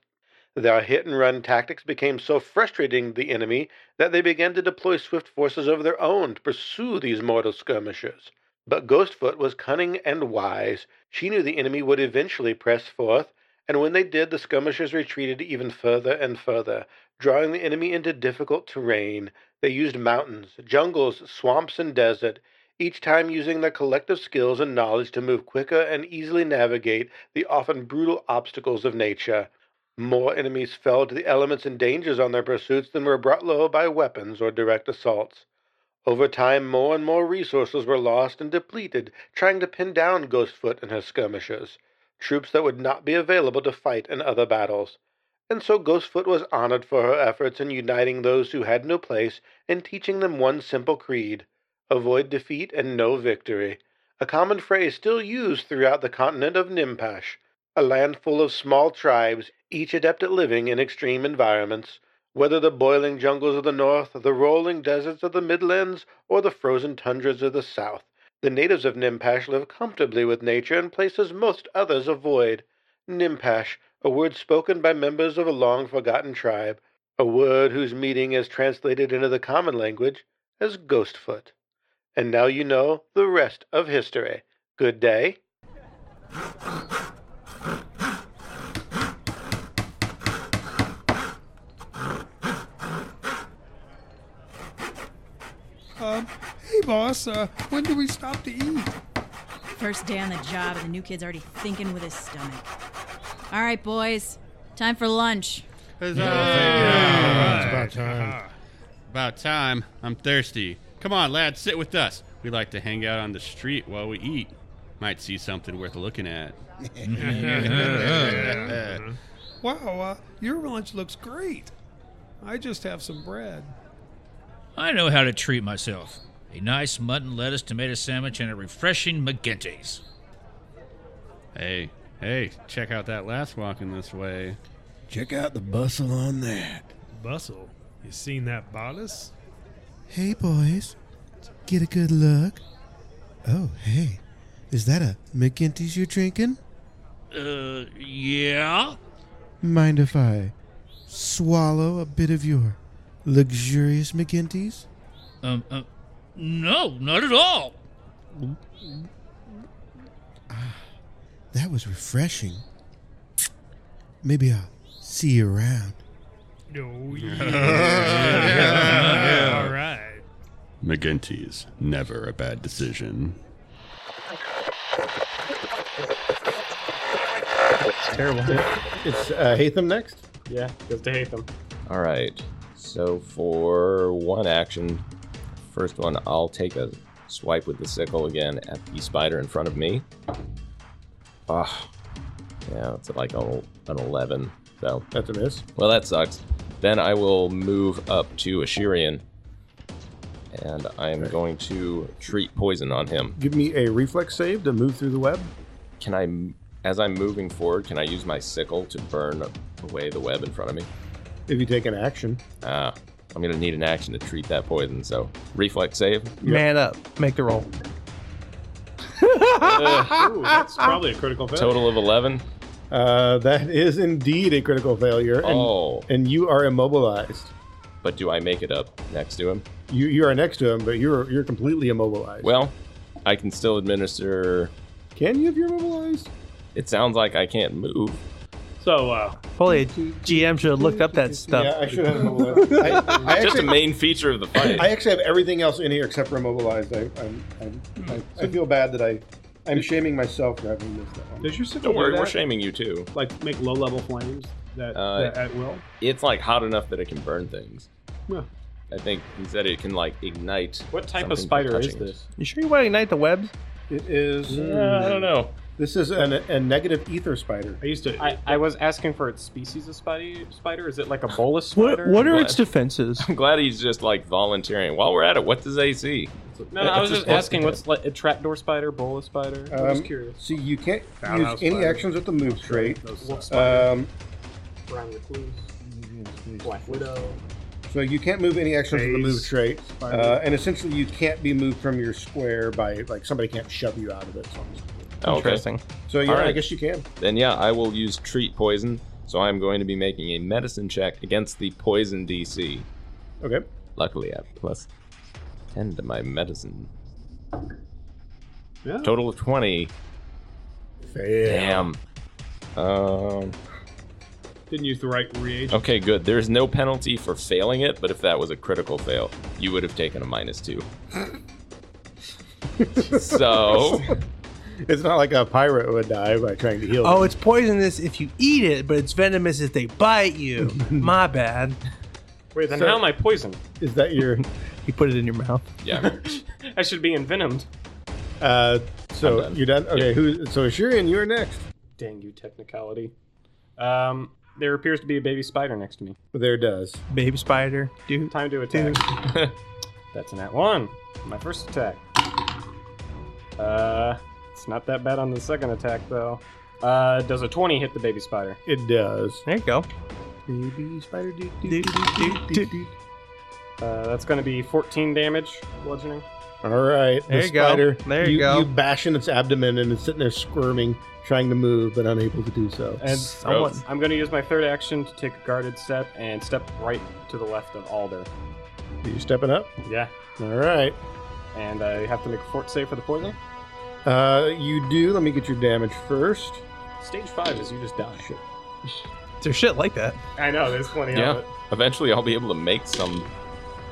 S1: Their hit and run tactics became so frustrating to the enemy that they began to deploy swift forces of their own to pursue these mortal skirmishers. But Ghostfoot was cunning and wise. She knew the enemy would eventually press forth, and when they did, the skirmishers retreated even further and further, drawing the enemy into difficult terrain. They used mountains, jungles, swamps, and desert, each time using their collective skills and knowledge to move quicker and easily navigate the often brutal obstacles of nature. More enemies fell to the elements and dangers on their pursuits than were brought low by weapons or direct assaults. Over time, more and more resources were lost and depleted trying to pin down Ghostfoot and her skirmishers, troops that would not be available to fight in other battles. And so Ghostfoot was honored for her efforts in uniting those who had no place and teaching them one simple creed avoid defeat and no victory, a common phrase still used throughout the continent of Nimpash a land full of small tribes, each adept at living in extreme environments, whether the boiling jungles of the north, the rolling deserts of the Midlands, or the frozen tundras of the south. The natives of Nimpash live comfortably with nature in places most others avoid. Nimpash, a word spoken by members of a long forgotten tribe, a word whose meaning is translated into the common language as Ghostfoot. And now you know the rest of history. Good day.
S9: Um, hey, boss, uh, when do we stop to eat?
S10: First day on the job, and the new kid's already thinking with his stomach. All right, boys, time for lunch.
S11: It's about time.
S12: About time. I'm thirsty. Come on, lads, sit with us. We like to hang out on the street while we eat. Might see something worth looking at.
S9: Wow, uh, your lunch looks great. I just have some bread.
S13: I know how to treat myself. A nice mutton lettuce tomato sandwich and a refreshing McGinty's.
S12: Hey, hey, check out that last walking this way.
S14: Check out the bustle on that.
S9: Bustle. You seen that bodice?
S14: Hey, boys. Get a good look. Oh, hey. Is that a McGinty's you're drinking?
S13: Uh, yeah?
S14: Mind if I swallow a bit of your luxurious McGinty's?
S13: Um, uh, no, not at all.
S14: Ah, That was refreshing. Maybe I'll see you around.
S9: No, yeah. Oh, All right.
S12: McGinty's, never a bad decision.
S8: Terrible.
S1: It's uh, Hatham next.
S8: Yeah, goes to
S4: [LAUGHS]
S8: Hatham.
S4: All right. So for one action, first one, I'll take a swipe with the sickle again at the spider in front of me. Ah, yeah, it's like a, an eleven. So
S1: that's a miss.
S4: Well, that sucks. Then I will move up to Ashirian, and I am going to treat poison on him.
S1: Give me a reflex save to move through the web.
S4: Can I, as I'm moving forward, can I use my sickle to burn away the web in front of me?
S1: If you take an action,
S4: Ah, I'm gonna need an action to treat that poison. So reflex save.
S5: Man up. Make the roll.
S8: Ooh, that's probably a critical failure.
S4: Total of eleven.
S1: uh, that is indeed a critical failure. And,
S4: Oh.
S1: and you are immobilized.
S4: But do I make it up next to him?
S1: You you are next to him, but you're you're completely immobilized.
S4: Well, I can still administer.
S1: Can you if you're immobilized?
S4: It sounds like I can't move.
S8: So, uh,
S5: Probably GM should have looked up that stuff.
S1: Yeah, I should have [LAUGHS] immobilized. I, I
S4: Just a
S1: actually,
S4: main feature of the fight.
S1: I actually have everything else in here except for immobilized. I I'm, I'm, I, I feel bad that I I'm shaming myself for having missed that one.
S6: Does your sickle
S4: Don't worry,
S6: do
S4: we're
S6: that?
S4: shaming you too.
S6: Like make low level flames that,
S4: Uh,
S6: that at will.
S4: It's like hot enough that it can burn things.
S6: Yeah.
S4: I think he said it can like ignite.
S8: what type of
S4: something by
S8: spider is
S4: touching it.
S8: this?
S5: You sure you want to ignite the webs?
S1: It is.
S4: Uh, I don't know.
S1: This is an, a negative ether spider.
S6: I used to.
S8: I, I was asking for its species of spidey, spider. Is it like a bolus
S5: What,
S8: spider?
S5: what are
S4: What?
S5: its defenses?
S4: I'm glad he's just like volunteering. While we're at it, what's his AC?
S8: No, I was just asking what's like a trapdoor spider, bolus spider. I'm
S1: Um,
S8: just curious.
S1: See, you can't use
S6: Roundhouse
S1: any
S6: spider.
S1: actions with the move trait.
S8: Wolf spider,
S1: Um,
S8: brown recluse, black widow.
S1: so you can't move any actions with the move
S6: Phase
S1: trait,
S6: spider.
S1: uh, and essentially you can't be moved from your square by like somebody can't shove you out of it. So,
S4: Oh, okay.
S5: Interesting.
S1: so yeah,
S4: All right.
S1: I guess you can.
S4: Then yeah, I will use treat poison. So I'm going to be making a medicine check against the poison DC.
S1: Okay,
S4: Luckily, I have plus 10 to my medicine.
S6: Yeah.
S4: Total of 20. Damn. Um,
S6: Didn't use the right reagent.
S4: okay, good. There's no penalty for failing it, but if that was a critical fail, you would have taken a minus two. so,
S1: it's not like a pirate would die by trying to heal.
S5: Oh, it's poisonous if you eat it, but it's venomous if they bite [LAUGHS] you. My bad.
S8: Wait, then
S1: So-
S8: how am I poisoned?
S1: is that your?
S5: You put it in your mouth.
S4: yeah.
S8: I should be envenomed.
S1: Uh, so
S4: I'm done.
S1: you're done. Okay, who? So Shurian, you're next.
S8: Dang you, technicality. Um, there appears to be a baby spider next to me.
S1: There it does.
S5: Babe spider, dude.
S8: Time to [LAUGHS] attack. That's an at one. My first attack. Uh, it's not that bad on the second attack though. Uh, does a twenty hit the baby spider?
S1: It does.
S5: There you go.
S1: Baby spider. doo, doo, doo,
S5: Doo, doo,
S1: doo,
S5: doo,
S1: doo, doo.
S8: Uh, that's going to be fourteen damage, bludgeoning.
S1: All right.
S5: There
S1: the
S5: you go.
S1: spider,
S5: There you go.
S1: You bash in its abdomen and it's sitting there squirming, trying to move, but unable to do so.
S8: And
S5: Someone-
S8: I'm going to use my third action to take a guarded step and step right to the left of Alder.
S1: Are you stepping up?
S8: Yeah.
S1: All right.
S8: And I have to make a fort save for the poison.
S1: Uh, you do. Let me get your damage first.
S8: Stage five is you just die.
S5: There's shit like that.
S8: I know, there's plenty
S4: Yeah.
S8: of it.
S4: Eventually, I'll be able to make some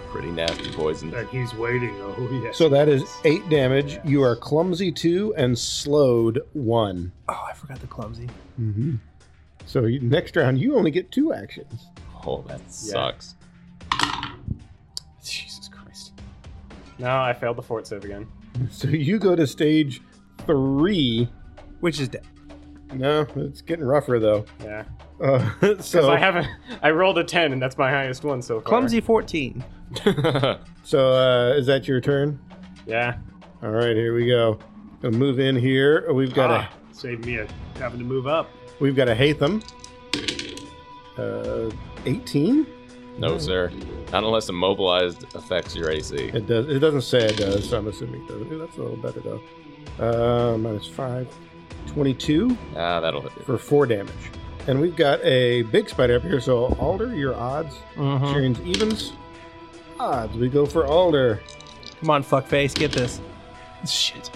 S4: pretty nasty poison.
S6: he's waiting. Oh yes.
S1: So that is eight damage. You are clumsy two and slowed one.
S5: Oh, I forgot the clumsy.
S1: Mm-hmm. So you- next round, you only get two actions.
S4: Oh, that sucks. [LAUGHS]
S8: Jesus Christ. No, I failed the fort save again.
S1: So you go to stage three.
S5: Which is dead.
S1: No, it's getting rougher though.
S8: Yeah.
S1: Uh, [LAUGHS]
S8: Because
S1: so
S8: I haven't. I rolled a 10, and that's my highest one so far.
S5: Clumsy 14.
S1: so uh, is that your turn?
S8: Yeah.
S1: All right, here we go. Gonna move in here. We've got a
S6: Ah, saved me a, having to move up.
S1: We've got a Hatham. Uh, 18?
S4: no, sir. Not unless immobilized affects your AC.
S1: It does. It doesn't say it does, so I'm assuming it doesn't. Ooh, that's a little better though. Uh, minus five. 22
S4: Ah, that'll hit.
S1: for four damage. And we've got a big spider up here. So Alder, your odds,
S5: Mhm.
S1: Sharon's evens. Odds. We go for Alder.
S5: Come on, fuckface, get this. Shit.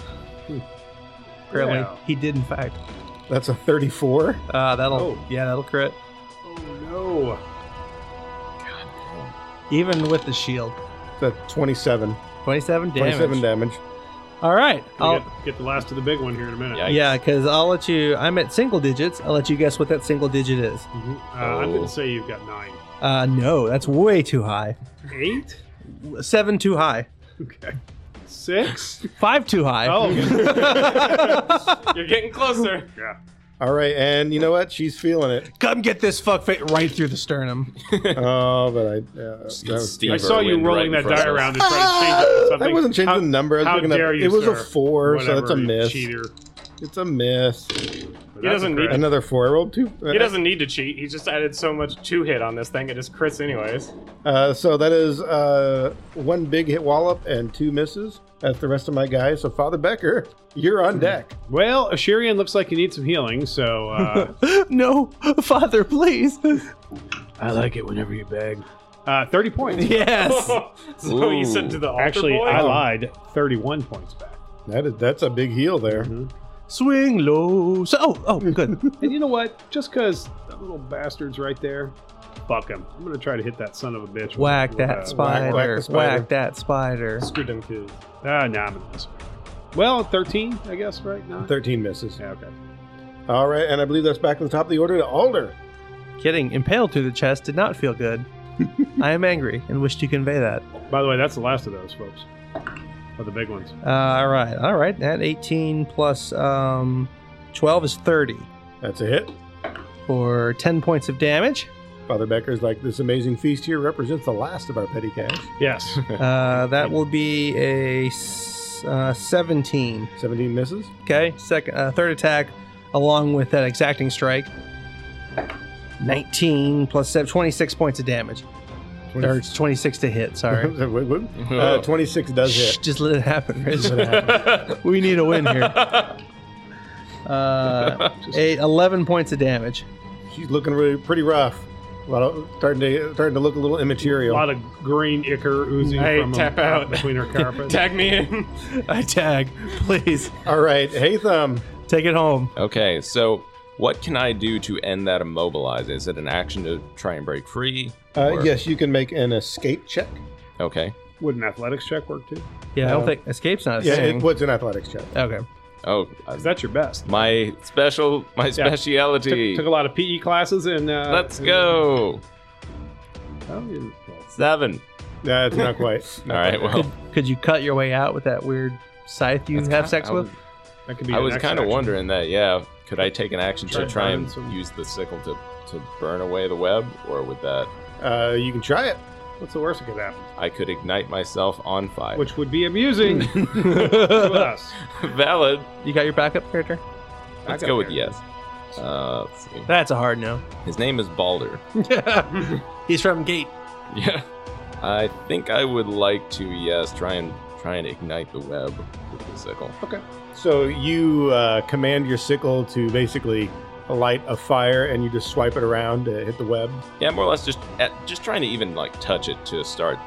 S5: Hmm. Apparently,
S6: Yeah.
S5: he did in fact.
S1: That's a 34.
S5: Uh, that'll
S6: Oh.
S5: yeah, that'll crit.
S6: Oh no.
S5: Even with the shield,
S1: That's 27.
S5: twenty-seven damage.
S1: 27 damage.
S5: All right.
S6: I'll
S5: I'll,
S6: get, get the last of the big one here in a minute.
S5: yeah, because I'll let you. I'm at single digits. I'll let you guess what that single digit is.
S6: Uh, I'm
S4: Oh.
S6: going to say you've got nine.
S5: Uh, no, that's way too high.
S6: Eight?
S5: Seven too high.
S6: Okay. Six?
S5: Five too
S6: [LAUGHS]
S5: high.
S6: Oh,
S8: You're getting closer.
S6: Yeah.
S1: All right, and you know what? She's feeling it.
S5: Come get this fuckface right through the sternum. [LAUGHS]
S1: Oh, but I. Uh, that was-
S4: Steve
S6: I saw you
S4: Irwin right
S6: rolling
S4: in
S6: that
S4: front
S6: die
S4: of us.
S6: around and trying to change it to something.
S1: Ah! I wasn't changing
S6: How-
S1: the number. I was
S6: how
S1: looking up-
S6: dare you,
S1: It was a
S6: sir.
S1: four, so that's a
S6: Whatever, you
S1: miss.
S6: Cheater.
S1: It's a miss.
S6: He doesn't need to,
S1: Another four. I rolled two.
S8: He doesn't need to cheat. He just added so much two hit on this thing. It just crits anyways. [LAUGHS]
S1: Uh, so that is uh, one big hit wallop and two misses. That's the rest of my guys. So Father Becker, you're
S6: Hmm.
S1: on deck.
S6: Well, Ashirian looks like he needs some healing,
S1: [LAUGHS]
S6: so uh,
S5: no, [LAUGHS] Father, please. [LAUGHS]
S6: I like it whenever you beg. uh, 30 points. [LAUGHS]
S5: Yes.
S8: so you sent to the altar
S6: Actually,
S8: boy? Oh.
S1: Oh.
S6: I lied. 31 points back.
S1: That is that's a big heal there.
S6: Mm-hmm.
S5: Swing low. So, oh, oh, good.
S6: And you know what? Just because that little bastard's right there, fuck him. I'm going to try to hit that son of a bitch. with-
S5: Whack
S6: with,
S5: that
S6: uh,
S5: spider.
S1: whack
S5: Whack,
S1: the spider.
S5: that spider.
S8: Screw them kids.
S6: Ah, nah, I'm gonna miss. Well, 13, I guess, right? now.
S1: Thirteen misses.
S6: Yeah, okay.
S1: All right, and I believe that's back to the top of the order to Alder.
S5: Kidding. Impaled through the chest did not feel good. I am angry and wish to convey that.
S6: By the way, that's the last of those, folks. Of the big ones.
S5: Uh, all right. All right. That 18 plus um, 12 is 30
S1: That's a hit.
S5: or 10 points of damage.
S1: Father Becker's like this amazing feast here represents the last of our petty cash.
S4: [LAUGHS]
S6: Yes.
S5: Uh, that will be a s- uh, 17.
S1: Seventeen misses.
S5: Okay. Second, uh, third attack along with that exacting strike. 19 plus seven, 26 points of damage. Or it's 26 to
S1: [LAUGHS]
S5: hit, sorry.
S1: uh, Twenty-six does
S5: Shh,
S1: hit.
S5: [LAUGHS] just let it happen, Rich. [LAUGHS] we need a win here. Uh, eight, 11 points of damage.
S1: She's looking really pretty rough. A lot of, starting to starting to look a little
S6: A
S1: immaterial.
S6: lot of green ichor oozing
S8: Hey,
S6: from
S8: tap
S6: him,
S8: out.
S6: between
S8: [LAUGHS]
S6: her carpet.
S8: Tag me in.
S5: [LAUGHS] I tag. Please
S1: All right, hey thumb.
S5: take it home.
S4: Okay, so what can I do to end that immobilize? Is it an action to try and break free?
S1: Uh,
S4: Or-
S1: yes, you can make an escape check.
S4: Okay.
S6: Would an athletics check work too?
S5: Yeah, I don't
S1: Uh,
S5: think escape's not a
S1: Yeah,
S5: thing.
S1: it, what's an athletics check?
S5: okay.
S4: Oh, uh,
S6: 'Cause that's your best.
S4: my special, my speciality.
S6: Took, took a lot of PE classes and. Uh,
S4: Let's go.
S6: Oh, you- well,
S4: Seven.
S1: No, it's not quite.
S4: All right.
S6: [LAUGHS]
S4: Well,
S5: Could you cut your way out with that weird scythe you
S4: Oh. that's
S5: have
S4: ki-
S5: sex
S4: I
S5: with?
S4: was-
S6: that could be
S4: I
S6: your
S4: was
S6: next
S4: kind of
S6: action.
S4: wondering that. Yeah, could I take an action
S6: Try
S4: to try
S6: burning
S4: and
S6: some-
S4: use the sickle to to burn away the web, or would that
S1: Uh, you can try it.
S6: What's the worst that could happen?
S4: I could ignite myself on fire? [LAUGHS]
S6: Which would be amusing to us.
S4: valid.
S5: You got your backup character?
S4: Let's
S6: got
S4: go with
S6: there.
S4: yes. Uh, let's see.
S5: That's a hard no.
S4: His name is Balder. [LAUGHS]
S5: [LAUGHS] He's from Gate.
S4: Yeah. I think I would like to, yes, try and try and ignite the web with the sickle.
S1: So you uh, command your sickle to basically light a fire, and you just swipe it around to hit the web.
S4: Yeah, more or less just at, just trying to even like touch it to start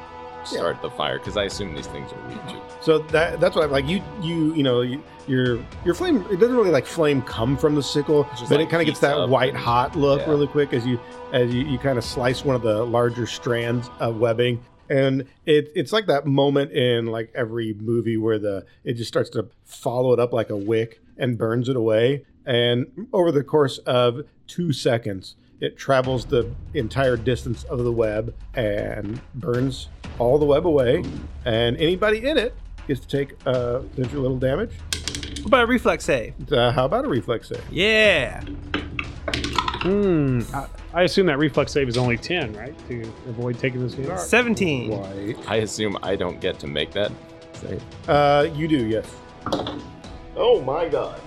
S4: start the fire because I assume these things are weak. too.
S1: So that that's what I'm like. You you you know you, your your flame. It doesn't really like flame come from the sickle,
S4: It's just,
S1: but
S4: like,
S1: it kind of gets
S4: heats
S1: that
S4: up
S1: white
S4: and-
S1: hot look
S4: yeah.
S1: really quick as you as you, you kind of slice one of the larger strands of webbing. And it, it's like that moment in like every movie where the it just starts to follow it up like a wick and burns it away. And over the course of two seconds, it travels the entire distance of the web and burns all the web away. And anybody in it gets to take uh, potential little damage.
S5: What about a reflex save?
S1: Uh, how about a reflex save?
S5: Yeah.
S6: Hmm. I, I assume that reflex save is only 10, right? To avoid taking this damage.
S5: 17.
S1: Why?
S4: I assume I don't get to make that. save.
S1: Uh, you do, yes.
S8: Oh my god.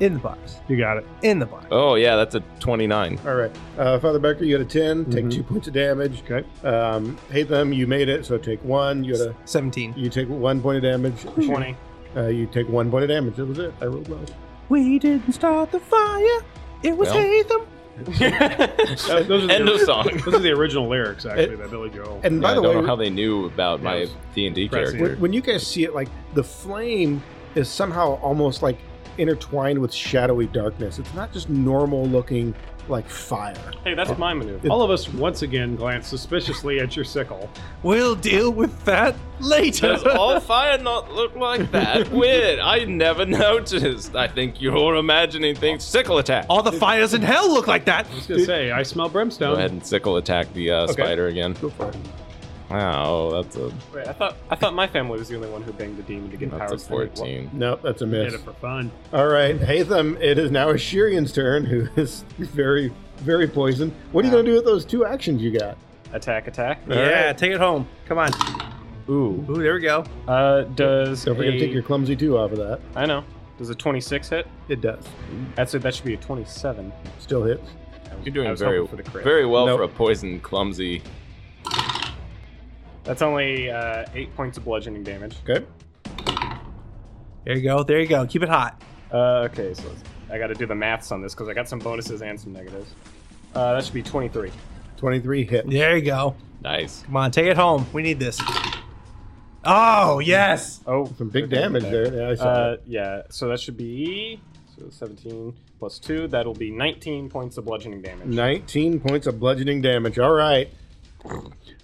S5: In the box.
S6: You got it.
S5: In the box.
S4: Oh yeah, that's a twenty-nine.
S1: All right. Uh, Father Becker, you had a 10.
S4: Mm-hmm.
S1: Take two points of damage.
S6: Okay.
S1: Um, hate them. You made it, so take one. You had a,
S5: 17.
S1: you take one point of
S6: [LAUGHS]
S1: damage.
S8: Twenty.
S1: Uh, you take one point of damage. That was it. I rolled well.
S5: We didn't start the fire. It was
S4: Well.
S5: Hatham.
S6: Uh, those are the
S4: End of song.
S6: Those are the original
S4: [LAUGHS]
S6: lyrics, actually, by Billy Joel.
S1: And
S4: Yeah,
S1: by
S4: I
S1: the
S4: don't
S1: way,
S4: know how they knew about my
S6: Yes.
S4: D and D
S6: Pressing.
S4: character.
S1: when, when you guys see it, like the flame is somehow almost like intertwined with shadowy darkness. It's not just normal looking like
S6: [LAUGHS]
S1: fire.
S8: Hey, that's my maneuver.
S6: All of us once again glance suspiciously at your sickle.
S5: We'll deal with that later.
S4: Does all fire not look like that? Weird. I never [LAUGHS] noticed. I think you're imagining things. Sickle attack.
S5: [LAUGHS] All the fires in hell look like that.
S6: I was gonna say, I smell
S4: Go
S6: brimstone.
S4: ahead and sickle attack the uh,
S6: Okay.
S4: spider again.
S6: Go for it.
S4: Wow, that's a
S8: Wait, I thought I thought my family was the only one who banged the demon to get
S4: that's a
S8: powers. Well,
S4: fourteen.
S1: No, that's a miss.
S6: Did it for fun.
S1: All right, Hatham, it is now Ashirian's turn, who [LAUGHS] is very, very poisoned. What are you going to do with those two actions you got?
S8: Attack, attack.
S5: yeah, take it home. Come on.
S8: Ooh.
S5: Ooh, there we go.
S8: Uh, does
S1: Don't forget
S8: a-
S1: to take your clumsy two off of that.
S8: I know. Does a 26 hit?
S1: It does.
S8: That's a, that should be a 27.
S1: Still hits.
S4: You're
S8: I
S4: doing
S8: was
S4: very,
S8: hoping for the crit.
S4: very well
S1: Nope.
S4: for a poison clumsy.
S8: That's only uh, eight points of bludgeoning damage.
S1: Okay.
S5: There you go. There you go. Keep it hot.
S8: Uh, okay, so let's- I got to do the maths on this because I got some bonuses and some negatives. Uh, that should be 23.
S1: 23 hit.
S5: There you go.
S4: Nice.
S5: Come on, take it home. We need this. Oh yes.
S8: Oh,
S1: Some big
S8: they're
S1: damage
S8: doing that.
S1: there. Yeah, I saw
S8: Uh, yeah, so that should be so 17 plus 2. That'll be 19 points of bludgeoning
S1: that.
S8: damage.
S1: 19 points of bludgeoning damage. All right.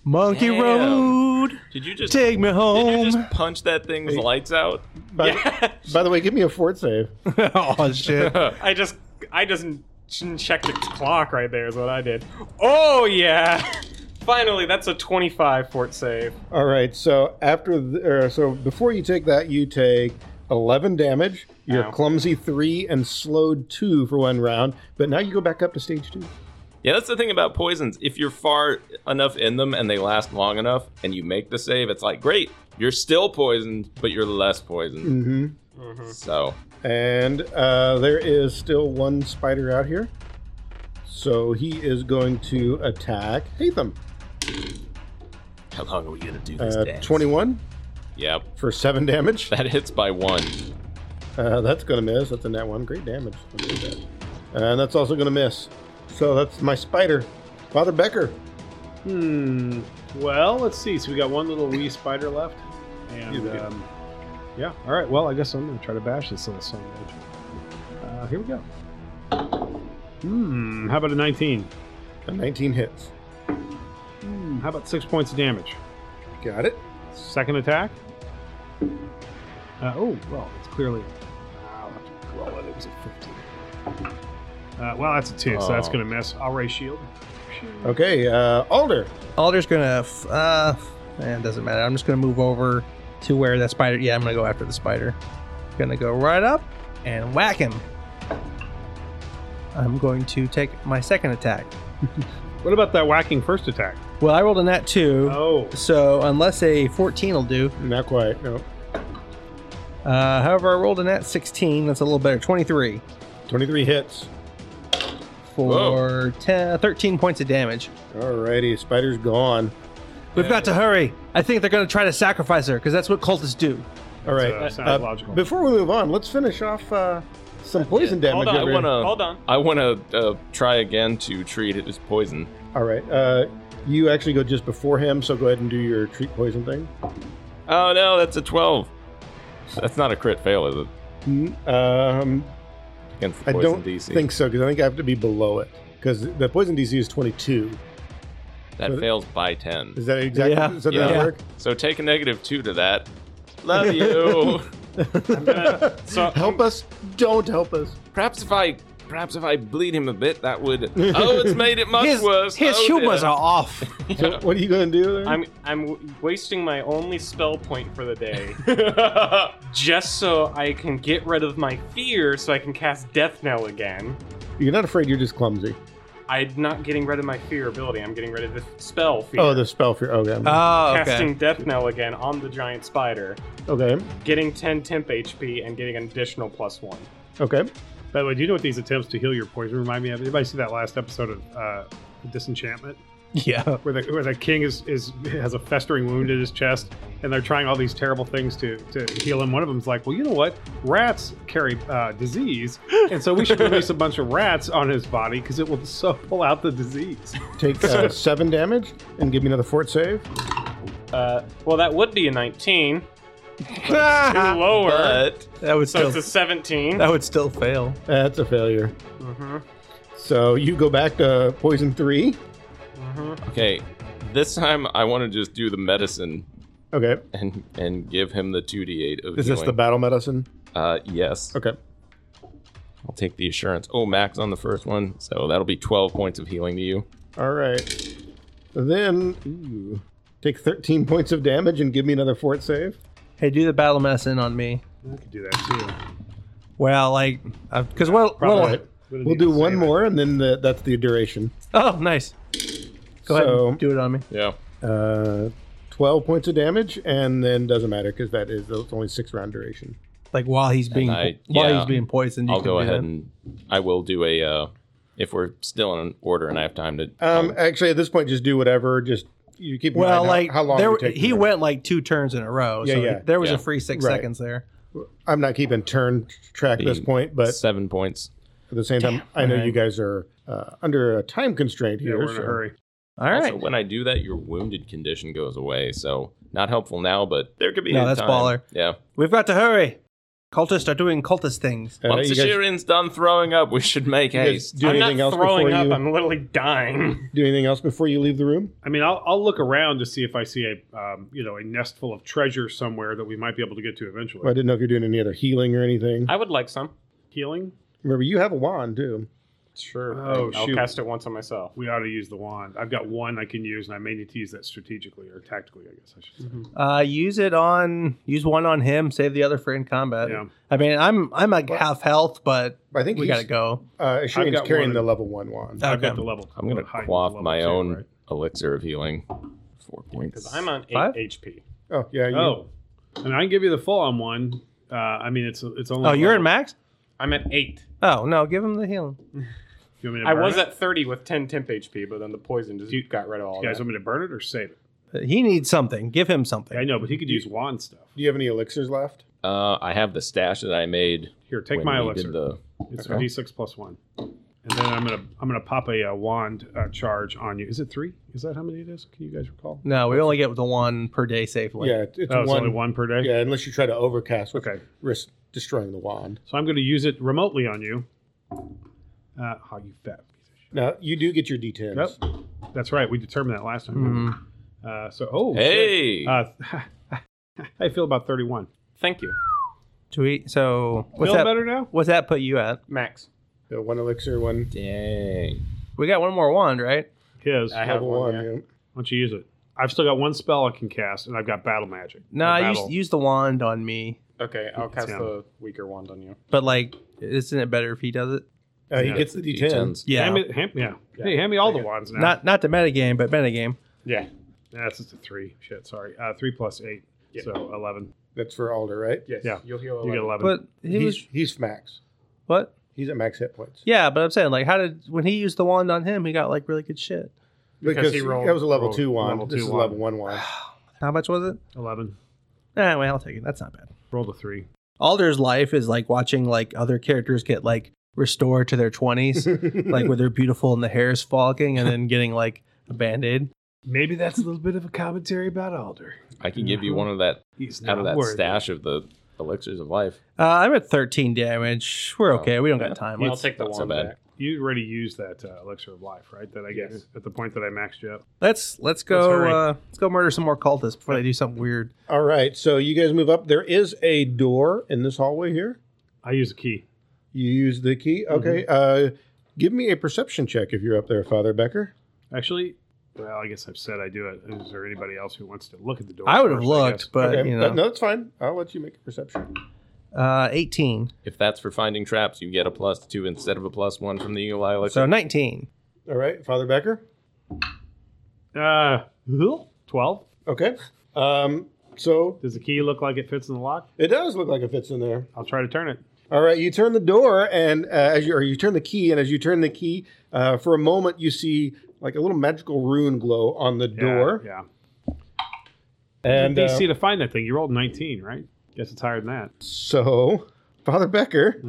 S5: Monkey
S4: Damn.
S5: Road.
S4: Did you just
S5: Take [LAUGHS] me
S4: Did you
S5: home.
S4: just punch that thing's lights out?
S1: By, by the way, give me a fort save.
S5: oh [LAUGHS] shit.
S8: [LAUGHS] I just I just didn't check the clock right there is what I did. Oh yeah. [LAUGHS] Finally, that's a 25 fort save.
S1: All right. So after, th- er, so before you take that, you take eleven damage. You're
S8: Ow.
S1: clumsy three and slowed two for one round. But now you go back up to stage two.
S4: Yeah, that's the thing about poisons. If you're far enough in them and they last long enough and you make the save, it's like, great, you're still poisoned, but you're less poisoned.
S1: Mm-hmm.
S4: So,
S1: And uh, there is still one spider out here. So he is going to attack Hatham.
S4: how long are we going to do this
S1: Uh,
S4: dance?
S1: 21
S4: Yep, [LAUGHS]
S1: for 7 [LAUGHS] damage.
S4: that hits by one.
S1: Uh, that's going to miss. That's a net 1. Great damage. Don't do that. And that's also going to miss. So that's my spider. Father Becker.
S6: Hmm. Well, let's see. So we got one little wee spider left,
S1: He's
S6: and
S1: good.
S6: um, yeah. All right. Well, I guess I'm gonna try to bash this little son of a bitch. Uh, here we go. Hmm. How about a 19?
S1: A 19 hits.
S6: Hmm. How about six points of damage?
S1: Got it.
S6: Second attack. Uh, oh well, it's clearly. I'll have to roll it. It was a 15. Uh, well, that's a two, so that's
S4: Oh.
S6: gonna miss. I'll raise shield.
S1: Okay, uh, Alder.
S5: Alder's gonna. F- uh, eh, it doesn't matter. I'm just gonna move over to where that spider. Yeah, I'm gonna go after the spider. Gonna go right up and whack him. I'm going to take my second attack.
S6: What about that whacking first attack?
S5: Well, I rolled a nat two,
S6: Oh,
S5: so unless a 14 will do.
S1: Not quite. No.
S5: Uh, however, I rolled a nat 16. That's a little better. 23
S1: 23 hits.
S5: for 10, 13 points of damage.
S1: Alrighty, spider's gone.
S5: We've got to hurry. I think they're gonna try to sacrifice her because that's what cultists do.
S1: All right.
S6: uh, sounds logical.
S1: Before we move on, let's finish off uh, some poison damage.
S8: Hold on,
S4: I
S1: over here.
S4: want to.
S8: Hold on.
S4: I want to uh, try again to treat it as poison.
S1: All right. Uh, you actually go just before him, so go ahead and do your treat poison thing.
S4: Oh no, that's a twelve. That's not a crit fail, is it?
S1: Um,
S4: Against the
S1: I
S4: poison
S1: don't
S4: DC.
S1: think so because I think I have to be below it because the poison DC is 22.
S4: that fails by ten.
S1: Is that exactly?
S5: Yeah.
S1: Does that
S4: Yeah.
S1: work?
S4: So take a negative two to that.
S1: [LAUGHS]
S4: Love you.
S6: [LAUGHS]
S8: So
S1: Help us! Don't help us!
S4: perhaps if I, perhaps if I bleed him a bit, that would. Oh, it's made it much
S5: his
S4: worse.
S5: his
S4: oh,
S5: humors
S4: dear.
S5: are off.
S1: So what are you going to do? There?
S8: I'm I'm w- wasting my only spell point for
S6: [LAUGHS]
S8: the day [LAUGHS] just so I can get rid of my fear so I can cast Death Knell again.
S1: You're not afraid. You're just clumsy.
S8: I'm not getting rid of my fear ability. I'm getting rid of the spell fear.
S1: Oh, the spell fear. Okay. I'm-
S4: Uh.
S5: Oh,
S8: casting Death Knell again on the giant spider,
S1: okay.
S8: getting 10 temp HP and getting an additional plus one.
S1: Okay.
S6: By the way, do you know what these attempts to heal your poison remind me of? Anybody see that last episode of uh, Disenchantment,
S5: [LAUGHS] Yeah.
S6: where the where the king is, is has a festering wound in his chest, and they're trying all these terrible things to to heal him. One of them's like, well, you know what? Rats carry uh, disease, and so we should release a bunch of rats on his body because it will so pull out the disease.
S1: Take
S4: [LAUGHS]
S1: uh, seven damage and give me another fort save.
S8: Uh, well, that would be a 19. Too
S5: [LAUGHS]
S6: Ah,
S5: that
S8: lower.
S4: But
S5: would
S8: so
S5: still
S8: it's a 17.
S5: that would still fail.
S4: Mm-hmm.
S1: That's a failure.
S8: Mhm.
S1: So you go back to poison three.
S4: Okay, this time I want to just do the medicine
S1: Okay.
S4: and and give him the two d eight of
S1: Is this the
S4: healing.
S1: battle medicine?
S4: Uh, yes.
S1: Okay.
S4: I'll take the assurance. Oh, max on the first one, so that'll be twelve points of healing to you.
S1: All right. Then ooh, take 13 [LAUGHS] points of damage and give me another fort save.
S5: Hey, do the battle medicine on me.
S6: I could do that too.
S5: Well, like, because what?
S1: All
S5: what
S1: right. We'll do one more, and then the, that's the duration.
S5: oh, nice. Go ahead
S1: So-
S5: and do it on me.
S4: Yeah.
S1: Uh, 12 points of damage, and then doesn't matter because that is it's only six round duration.
S5: Like while he's being
S4: I-
S5: while
S4: yeah.
S5: he's being poisoned, you
S4: I'll
S5: can
S4: go
S5: do
S4: ahead
S5: that.
S4: and I will do a. Uh, if we're still in order and I have time to,
S6: Oh.
S1: Um, actually, at this point, just do whatever. Just you keep in
S5: Well,
S1: mind how-
S5: like
S1: how, long
S5: there,
S1: you take
S5: he
S1: to-
S5: went like two turns in a row.
S1: Yeah,
S5: so
S1: yeah.
S5: there was
S4: Yeah.
S5: a free six
S1: Right.
S5: seconds there.
S1: I'm not keeping turn track at this
S4: Be-
S1: point, but
S4: seven points.
S1: at the same time, I know
S5: Alright.
S1: you guys are uh, under a time constraint
S6: Yeah,
S1: here.
S6: we're in a
S1: so- uh,
S6: hurry.
S5: All right,
S4: Also, when I do that, your wounded condition goes away. So not helpful now, but there could be.
S5: No,
S4: a
S5: that's
S4: time.
S5: baller.
S4: Yeah.
S5: we've got to hurry. Cultists are doing cultist things.
S1: I know
S4: Once the
S1: you guys
S4: Shirin's done throwing up, we should make
S1: guys
S4: haste.
S1: do
S8: I'm
S1: anything
S8: not
S1: else
S8: throwing
S1: before
S8: up.
S1: you-
S8: I'm literally dying.
S1: do anything else before you leave the room?
S6: I mean, I'll, I'll look around to see if I see a um, you know a nest full of treasure somewhere that we might be able to get to eventually.
S1: Well, I didn't know if you're doing any other healing or anything.
S8: [LAUGHS] I would like some.
S6: Healing.
S1: Remember, you have a wand too.
S8: Sure.
S6: Oh,
S8: I'll
S6: shoot.
S8: cast it once on myself.
S6: We ought to use the wand. I've got one I can use, and I may need to use that strategically or tactically. I guess I should say.
S4: Mm-hmm.
S5: Uh, use it on use one on him, save the other for in combat.
S6: Yeah.
S5: I mean, I'm I'm like half health, but
S1: I think
S5: we
S1: he's-
S5: gotta go.
S1: Uh,
S6: I've
S1: Shirin's
S6: got
S1: carrying
S6: one.
S1: the level one wand.
S6: I've
S5: Okay.
S6: got the level.
S4: I'm gonna
S6: heightened
S4: quaff
S6: level
S4: my
S6: too,
S4: own
S6: right?
S4: elixir of healing. Four points.
S8: Because I'm on eight
S5: Five?
S8: HP.
S1: Oh yeah. You,
S6: Oh, and I can give you the full on one. Uh, I mean, it's it's only.
S5: Oh, you're in
S6: level-
S5: max.
S8: I'm at eight.
S5: Oh no, give him the healing.
S6: You want me to
S8: I
S6: burn
S8: was
S6: it?
S8: at 30 with 10 temp HP, but then the poison just got rid of all
S6: You guys
S8: that.
S6: want me to burn it or save it?
S5: He needs something. Give him something.
S6: I know, but he could use wand stuff.
S1: do you have any elixirs left?
S4: Uh, I have the stash that I made.
S6: Here, take
S4: when
S6: my
S4: we did
S6: elixir.
S4: the-
S6: It's
S4: Okay.
S6: a d6 plus one, and then I'm gonna I'm gonna pop a, uh wand uh, charge on you. Is it three? Is that how many it is? Can you guys recall?
S5: No, we only get the one per day safely.
S1: yeah, it's
S6: Oh, it's
S1: one.
S6: only one per day.
S1: Yeah, unless you try to overcast, which
S6: Okay.
S1: risk destroying the wand.
S6: So I'm gonna use it remotely on you. Uh, how you fat piece of
S1: Now you do get your d10s.
S6: shit. Yep. That's right. We determined that last time.
S5: Mhm.
S6: Uh, so oh shit.
S4: Hey,
S6: Uh, [LAUGHS] I feel about 31.
S8: Thank you.
S5: Do we? So what's
S6: Feel
S5: that?
S6: better now?
S5: What's that put you at?
S8: Max.
S1: So one elixir, one
S4: dang!
S5: We got one more wand, right?
S6: His.
S8: I
S6: Why
S8: have
S1: level
S8: one.
S1: one.
S8: yeah.
S1: yeah.
S6: don't you use it? I've still got one spell I can cast, and I've got battle magic.
S5: Nah,
S6: Or
S5: use
S6: battle-
S5: use the wand on me.
S8: Okay, I'll cast
S6: him.
S8: the weaker wand on you.
S5: But like, isn't it better if he does it?
S1: Uh, he
S6: Yeah,
S1: gets the d10.
S4: D10s.
S5: Yeah.
S6: Hand me, hand, yeah. Hey, hand me all the wands now.
S5: Not not the metagame, but metagame.
S6: yeah. That's just a three. Shit, sorry. Uh, three plus eight,
S8: Yeah.
S6: so eleven.
S1: That's for Alder, right?
S8: Yes.
S6: Yeah.
S8: You'll heal
S6: You get
S8: 11.
S6: eleven.
S5: But he
S1: he's
S5: was
S1: he's max.
S5: what?
S1: He's at max hit points.
S5: Yeah, but I'm saying like, how did when he used the wand on him, he got like really good shit.
S1: because,
S8: he rolled-
S1: that was a level
S6: rolled
S1: two wand.
S6: level
S1: this
S6: two
S1: is a
S6: wand.
S1: level one wand. [SIGHS]
S5: How much was it?
S6: eleven.
S5: Eh, well, I'll take it. That's not bad.
S6: Rolled a three.
S5: Alder's life is like watching like other characters get like restored to their 20s, like where they're beautiful and the hair is fogging, and then getting like a band aid.
S6: Maybe that's a little bit of a commentary about Alder.
S4: I can give you one of that
S6: Mm-hmm. He's
S4: out of
S6: not
S4: that
S6: worth it.
S4: stash of the elixirs of life.
S5: Uh, I'm at 13 damage. We're
S4: Oh,
S5: okay. We don't
S4: yeah.
S5: got time.
S8: I'll
S5: Let's,
S8: take the
S4: not
S8: wand
S4: so bad.
S8: back.
S6: You already used that uh, elixir of life, right? That I guess
S8: Yes.
S6: at the point that I maxed you up.
S5: let's let's go.
S6: hurry.
S5: uh, let's go murder some more cultists before they do something weird.
S1: All right, so you guys move up. There is a door in this hallway here.
S6: I use a key.
S1: You use the key.
S5: Mm-hmm.
S1: Okay, uh, give me a perception check if you're up there, Father Becker.
S6: Actually, well, I guess I've said I do it. Is there anybody else who wants to look at the door?
S5: I would have
S6: first,
S5: looked, but
S1: okay,
S5: you
S1: that-
S5: know,
S1: no, that's fine. I'll let you make a perception.
S5: uh, 18.
S4: If that's for finding traps, you get a plus two instead of a plus one from the eagle eye elixir.
S5: So 19.
S1: All right, Father Becker.
S6: I guess. Uh, twelve.
S1: Okay. Um, so
S6: Does the key look like it fits in the lock?
S1: it does look like it fits in there.
S6: I'll try to turn it.
S1: All right, you turn the door, and uh, as you or you turn the key, and as you turn the key, uh, for a moment you see like a little magical rune glow on the
S6: Yeah,
S1: door.
S6: Yeah.
S1: And
S6: And DC
S1: uh,
S6: to find that thing. You rolled nineteen, right? Guess it's higher than that.
S1: so, Father Becker,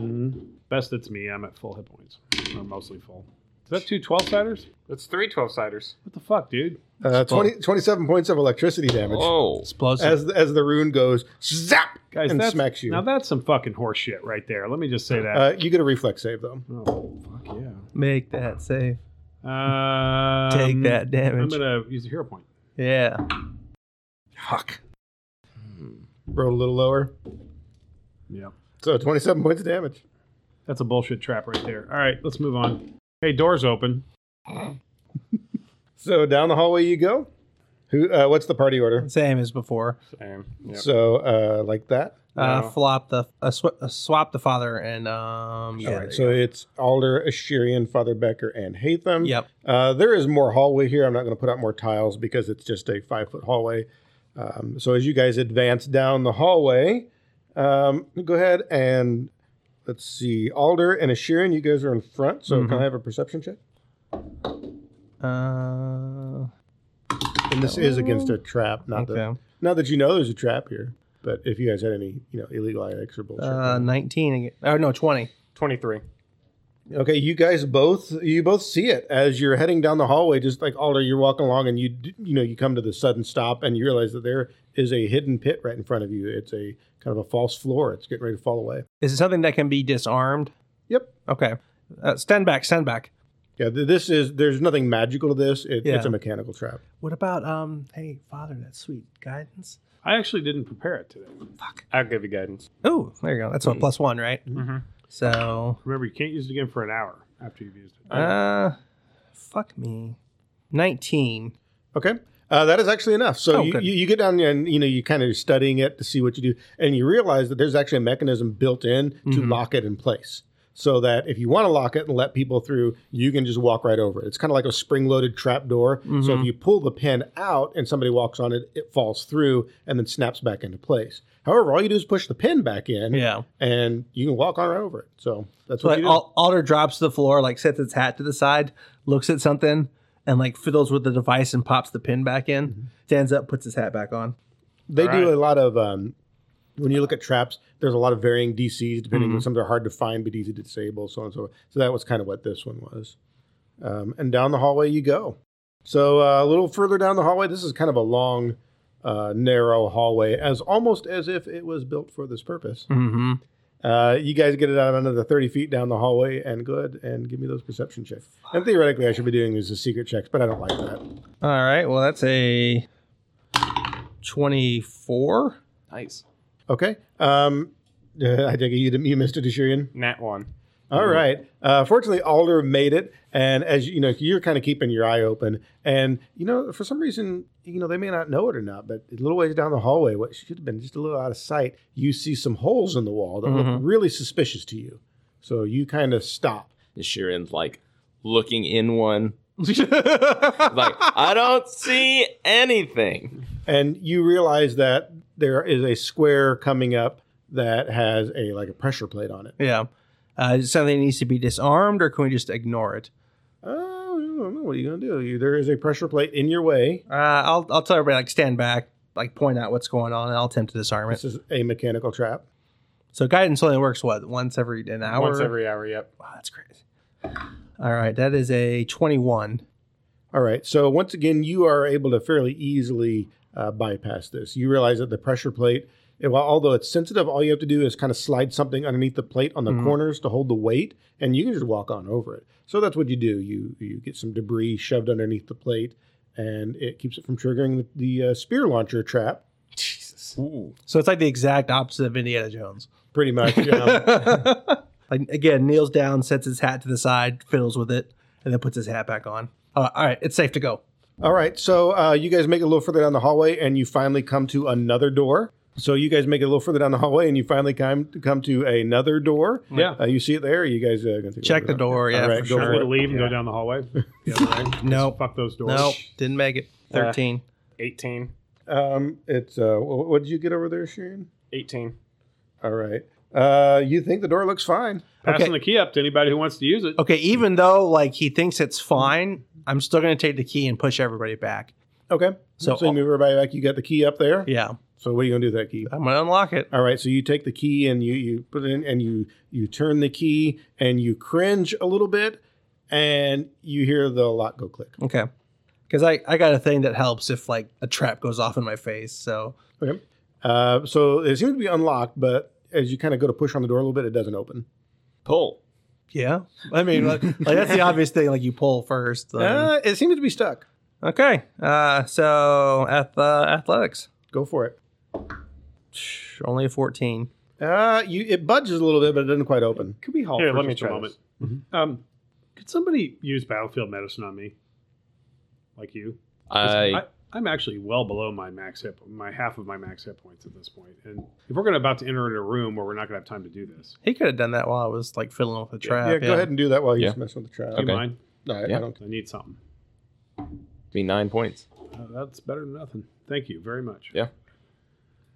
S6: Best it's me. I'm at full hit points, or mostly full. Is that two 12 siders?
S8: That's three 12 siders.
S6: What the fuck, dude?
S1: Uh, 20, 27 points of electricity damage.
S6: Oh.
S4: Whoa.
S5: Explosive.
S1: As, as the rune goes, zap!
S6: Guys,
S1: and
S6: that's,
S1: smacks you.
S6: Now that's some fucking horse shit right there. Let me just say that.
S1: Uh, you get a reflex save, though.
S6: oh, fuck yeah.
S5: Make that save.
S6: Um,
S5: Take that damage.
S6: I'm going to use a hero point.
S5: Yeah.
S1: Fuck. Roll a little lower.
S6: Yep.
S1: So 27 points of damage.
S6: That's a bullshit trap right there. All right, let's move on. Hey, door's open.
S1: So down the hallway you go. Who? Uh, what's the party order?
S5: Same as before.
S8: Same. Yep.
S1: So uh, like that.
S5: Uh,
S8: No.
S5: Flop the uh, sw- uh, swap the father and um yeah.
S1: All
S5: there
S1: right.
S5: you
S1: So
S5: go.
S1: it's Alder, Ashirian, Father Becker, and Hatham.
S5: yep.
S1: Uh, there is more hallway here. I'm not going to put out more tiles because it's just a five foot hallway. Um, so as you guys advance down the hallway, um, go ahead and let's see. Alder and Asherin, you guys are in front. So
S5: Mm-hmm.
S1: can I have a perception check?
S5: Uh,
S1: And this is against a trap. Not that
S5: okay.
S1: not that you know there's a trap here, but if you guys had any you know illegal acts or bullshit.
S5: Uh, nineteen again. Oh no, twenty.
S8: 23.
S1: Okay, you guys both you both see it as you're heading down the hallway. Just like Alder, you're walking along, and you d- you know you come to the sudden stop, and you realize that there is a hidden pit right in front of you. It's a kind of a false floor. It's getting ready to fall away.
S5: Is it something that can be disarmed?
S1: Yep.
S5: Okay. Uh, stand back. Stand back.
S1: Yeah, th- this is there's nothing magical to this. It,
S5: Yeah.
S1: It's a mechanical trap.
S5: What about um? Hey, father, that sweet guidance.
S6: I actually didn't prepare it today.
S8: I'll give you guidance.
S5: Oh, there you go. That's
S1: Mm.
S5: what plus one, right?
S8: Mm-hmm.
S5: So,
S6: Remember, you can't use it again for an hour after you've used it.
S5: uh, fuck me. Nineteen.
S1: Okay. Uh, that is actually enough. So
S5: Oh,
S1: you,
S5: good.
S1: you, you get down there and you know you kind of studying it to see what you do, and you realize that there's actually a mechanism built in to
S5: Mm-hmm.
S1: lock it in place, so that if you want to lock it and let people through, you can just walk right over it. It's kind of like a spring-loaded trap door. So
S5: Mm-hmm.
S1: if you pull the pin out and somebody walks on it, it falls through and then snaps back into place. However, all you do is push the pin back in,
S5: Yeah.
S1: and you can walk on right over it. So that's what
S5: Like
S1: you do.
S5: Al- Alder drops to the floor, like sets its hat to the side, looks at something, and like fiddles with the device and pops the pin back in.
S1: Mm-hmm.
S5: Stands up, puts his hat back on.
S1: They
S6: All
S1: do
S6: right.
S1: a lot of um, when you look at traps. There's a lot of varying DCs depending on some that are hard to find but easy to disable, so on and so forth. So that was kind of what this one was. Um, and down the hallway you go. So uh, a little further down the hallway, this is kind of a long, uh, narrow hallway, as almost as if it was built for this purpose.
S5: Mm-hmm.
S1: Uh, you guys get it out another 30 feet down the hallway, and go ahead and give me those perception checks. And theoretically, I should be doing these as secret checks, but I don't like that.
S5: All right. Well, that's a twenty-four.
S4: Nice.
S1: Okay. Um, I take it you, you missed it, Deshirian?
S8: Nat 1.
S1: All right. Uh, fortunately, Alder made it, and as you know, you're kind of keeping your eye open. And you know, for some reason, you know they may not know it or not, but a little ways down the hallway, what should have been just a little out of sight, you see some holes in the wall that look really suspicious to you. So you kind of stop.
S4: Is Sheeran like looking in
S5: [LAUGHS]
S4: one? Like, I don't see anything.
S1: and you realize that there is a square coming up that has a like a pressure plate on it.
S5: Yeah. Uh, is it something that needs to be disarmed, or can we just ignore it?
S1: Oh, I don't know. what are you gonna do? You, there is a pressure plate in your way.
S5: Uh, I'll I'll tell everybody like stand back, like point out what's going on, and I'll attempt to disarm it.
S1: This is a mechanical trap.
S5: So guidance only works what once every an hour.
S8: Once every hour, yep.
S5: Wow, that's crazy. All right, that is a twenty-one.
S1: All right. So once again, you are able to fairly easily uh, bypass this. You realize that the pressure plate, eh, well, although it's sensitive, all you have to do is kind of slide something underneath the plate on the corners to hold the weight, and you can just walk on over it. So that's what you do. You you get some debris shoved underneath the plate, and it keeps it from triggering the, the uh, spear launcher trap.
S5: So it's like the exact opposite of Indiana Jones.
S1: Pretty much. um, Yeah.
S5: Like again, kneels down, sets his hat to the side, fiddles with it, and then puts his hat back on. Uh, all right, it's safe to go.
S1: All right, so uh, you guys make it a little further down the hallway, and you finally come to another door. So you guys make it a little further down the hallway, and you finally come come to another door.
S6: Yeah.
S1: uh, you see it there. You guys uh, gonna take a
S5: Check
S1: look
S5: the
S1: at that?
S5: door, yeah,
S1: All right,
S5: for
S1: go
S5: sure.
S6: Should
S1: for
S6: we
S1: it.
S6: leave and go down
S1: [LAUGHS]
S6: the hallway? The other way? Just
S5: Nope.
S6: Fuck those doors.
S5: Nope, didn't make it. Thirteen.
S8: 18.
S1: Um, it's uh, wh- what did you get over there, Shane?
S8: 18.
S1: All right, uh, you think the door looks fine?
S6: Passing
S5: Okay.
S6: the key up to anybody who wants to use it.
S5: okay, even though like he thinks it's fine, I'm still going to take the key and push everybody back.
S1: Okay,
S5: So-
S1: so, you move everybody back. You got the key up there.
S5: Yeah, Uh.
S1: So what are you gonna do with that key?
S5: I'm going to unlock it.
S1: All right, so you take the key and you you put it in and you you turn the key and you cringe a little bit and you hear the lock go click.
S5: Okay. Because I, I got a thing that helps if like a trap goes off in my face. So
S1: Okay. Uh, so it seems to be unlocked, but as you kind of go to push on the door a little bit, it doesn't open.
S4: Pull.
S5: yeah, I mean like, like
S1: [LAUGHS]
S5: that's the obvious thing. Like you pull first. then-
S1: Uh, it seems to be stuck.
S5: okay. Uh, so ath- uh, athletics
S1: Go for it.
S5: only a fourteen.
S1: Uh, you it budges a little bit, but it doesn't quite open.
S6: Could we halt
S8: Here,
S6: for
S8: let me
S6: just a
S8: try Mm-hmm.
S6: moment? Um, could somebody use battlefield medicine on me? Like you? 'Cause
S4: I
S6: I am actually well below my max hit, my half of my max hit points at this point. And if we're going to about to enter in a room where we're not going to have time to do this,
S5: He could have done that while I was like fiddling with the trap.
S1: yeah, go ahead and do that while you
S4: Yeah.
S1: just mess with the trap.
S6: do
S4: Okay.
S6: you mind?
S1: No, I,
S4: Yeah.
S1: I don't.
S6: I need something.
S4: be nine points.
S6: Uh, that's better than nothing. Thank you very much.
S4: Yeah.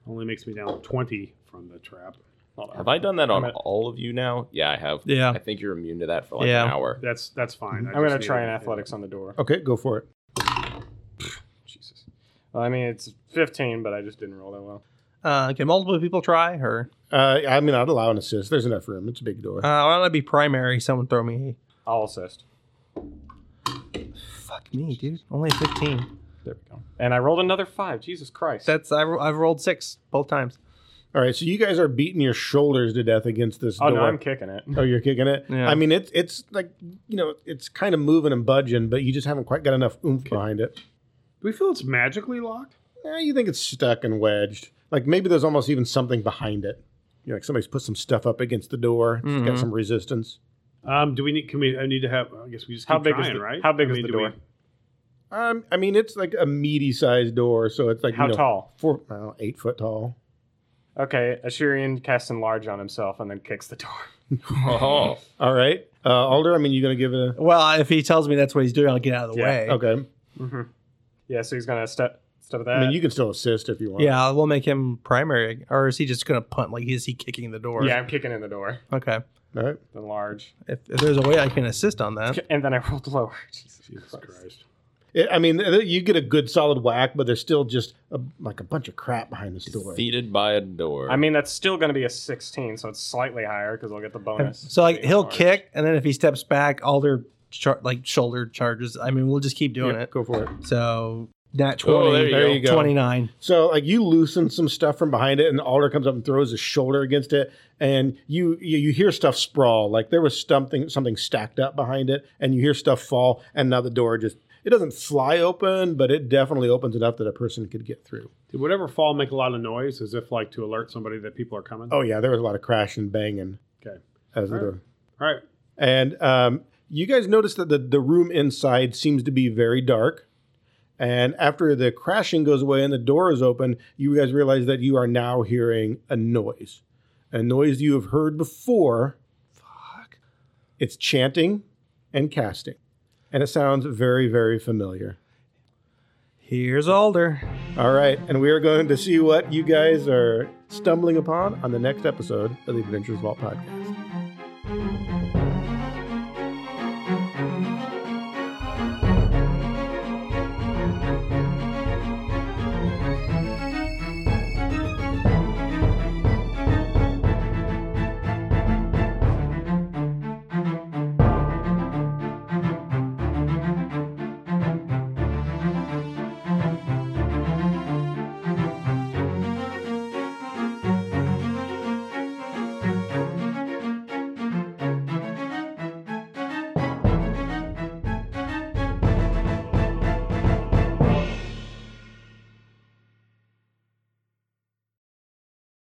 S6: Only makes me down twenty from the trap. Hold on.
S4: Have I done that on
S6: I'm gonna-
S4: all of you now? Yeah, I have.
S5: Yeah.
S4: I think you're immune to that for like
S5: Yeah.
S4: an hour.
S6: That's that's fine.
S8: I'm gonna try an athletics on the door.
S1: Okay, go for it.
S8: Jesus. Well, I mean, it's 15, but I just didn't roll that well.
S5: Uh, can multiple people try or
S1: Uh, I mean, I'd allow an assist. There's enough room. It's a big door.
S8: Uh-huh.
S5: uh, why don't I be primary? Someone throw me.
S8: I'll assist.
S5: Fuck me, dude. Only a fifteen.
S8: There we go. And I rolled another five. Jesus Christ.
S5: That's I, I've rolled six both times.
S1: All right, so you guys are beating your shoulders to death against this
S8: oh
S1: door.
S8: no, I'm kicking it.
S1: Oh, you're kicking it.
S5: Yeah.
S1: I mean, it's it's like you know, it's kind of moving and budging, but you just haven't quite got enough oomph behind it.
S6: Do we feel it's magically locked?
S1: Eh, you think it's stuck and wedged. Like maybe there's almost even something behind it. You know, like somebody's put some stuff up against the door. It's
S5: Mhm.
S8: Mm-hmm.
S1: got some resistance.
S6: Um, do we need? Can we? I need to have. I guess we just keep
S8: How big
S6: trying,
S8: is the
S6: right?
S8: How big
S6: I
S8: is
S6: mean,
S8: the
S6: do we-
S8: door?
S1: Um, I mean, it's like a meaty-sized door, so it's like
S8: How
S1: you know,
S8: tall?
S1: Four, I don't know, eight foot tall.
S8: Okay, Assyrian casts enlarge on himself and then kicks the door. [LAUGHS]
S4: Oh,
S1: All right, uh, Alder. I mean, you're gonna give it a
S5: Well, if he tells me that's what he's doing, I'll get out of the
S8: Yeah,
S5: way.
S1: okay.
S8: Mm-hmm. Yeah, so he's gonna step step at that.
S1: I mean, you can still assist if you want.
S5: Yeah, we'll make him primary, or is he just gonna punt? Like, is he kicking the door?
S8: yeah, I'm kicking in the door.
S5: Okay.
S1: All right.
S8: Enlarge.
S5: If, if there's a way I can assist on that,
S8: And then I rolled lower. Jesus
S6: [LAUGHS] Jesus
S8: Christ.
S6: Christ.
S1: It, I mean, th- you get a good solid whack, but there's still just a, like a bunch of crap behind this door.
S4: defeated by a door.
S8: I mean, that's still gonna be a 16, so it's slightly higher because I'll get the bonus.
S5: so like
S8: being
S5: he'll
S8: enlarged.
S5: kick, and then if he steps back, Alder char- like shoulder charges. I mean, we'll just keep doing
S1: Yeah,
S5: it.
S1: Go for it.
S5: So nat
S4: Oh,
S5: 20,
S4: there you
S1: There you go.
S5: 29.
S1: So like you loosen some stuff from behind it, and Alder comes up and throws his shoulder against it, and you you, you hear stuff sprawl. Like there was something something stacked up behind it, and you hear stuff fall, and now the door just it doesn't fly open, but it definitely opens enough that a person could get through.
S6: Did whatever fall make a lot of noise, as if like to alert somebody that people are coming?
S1: Oh yeah, there was a lot of crash and banging.
S6: Okay.
S1: as the
S6: All right.
S1: door.
S6: All right.
S1: And um, you guys notice that the, the room inside seems to be very dark. And after the crashing goes away and the door is open, you guys realize that you are now hearing a noise. A noise you have heard before. Fuck. It's chanting and casting. And it sounds very, very familiar.
S5: Here's Alder.
S1: All right. And we are going to see what you guys are stumbling upon on the next episode of the Adventures Vault podcast.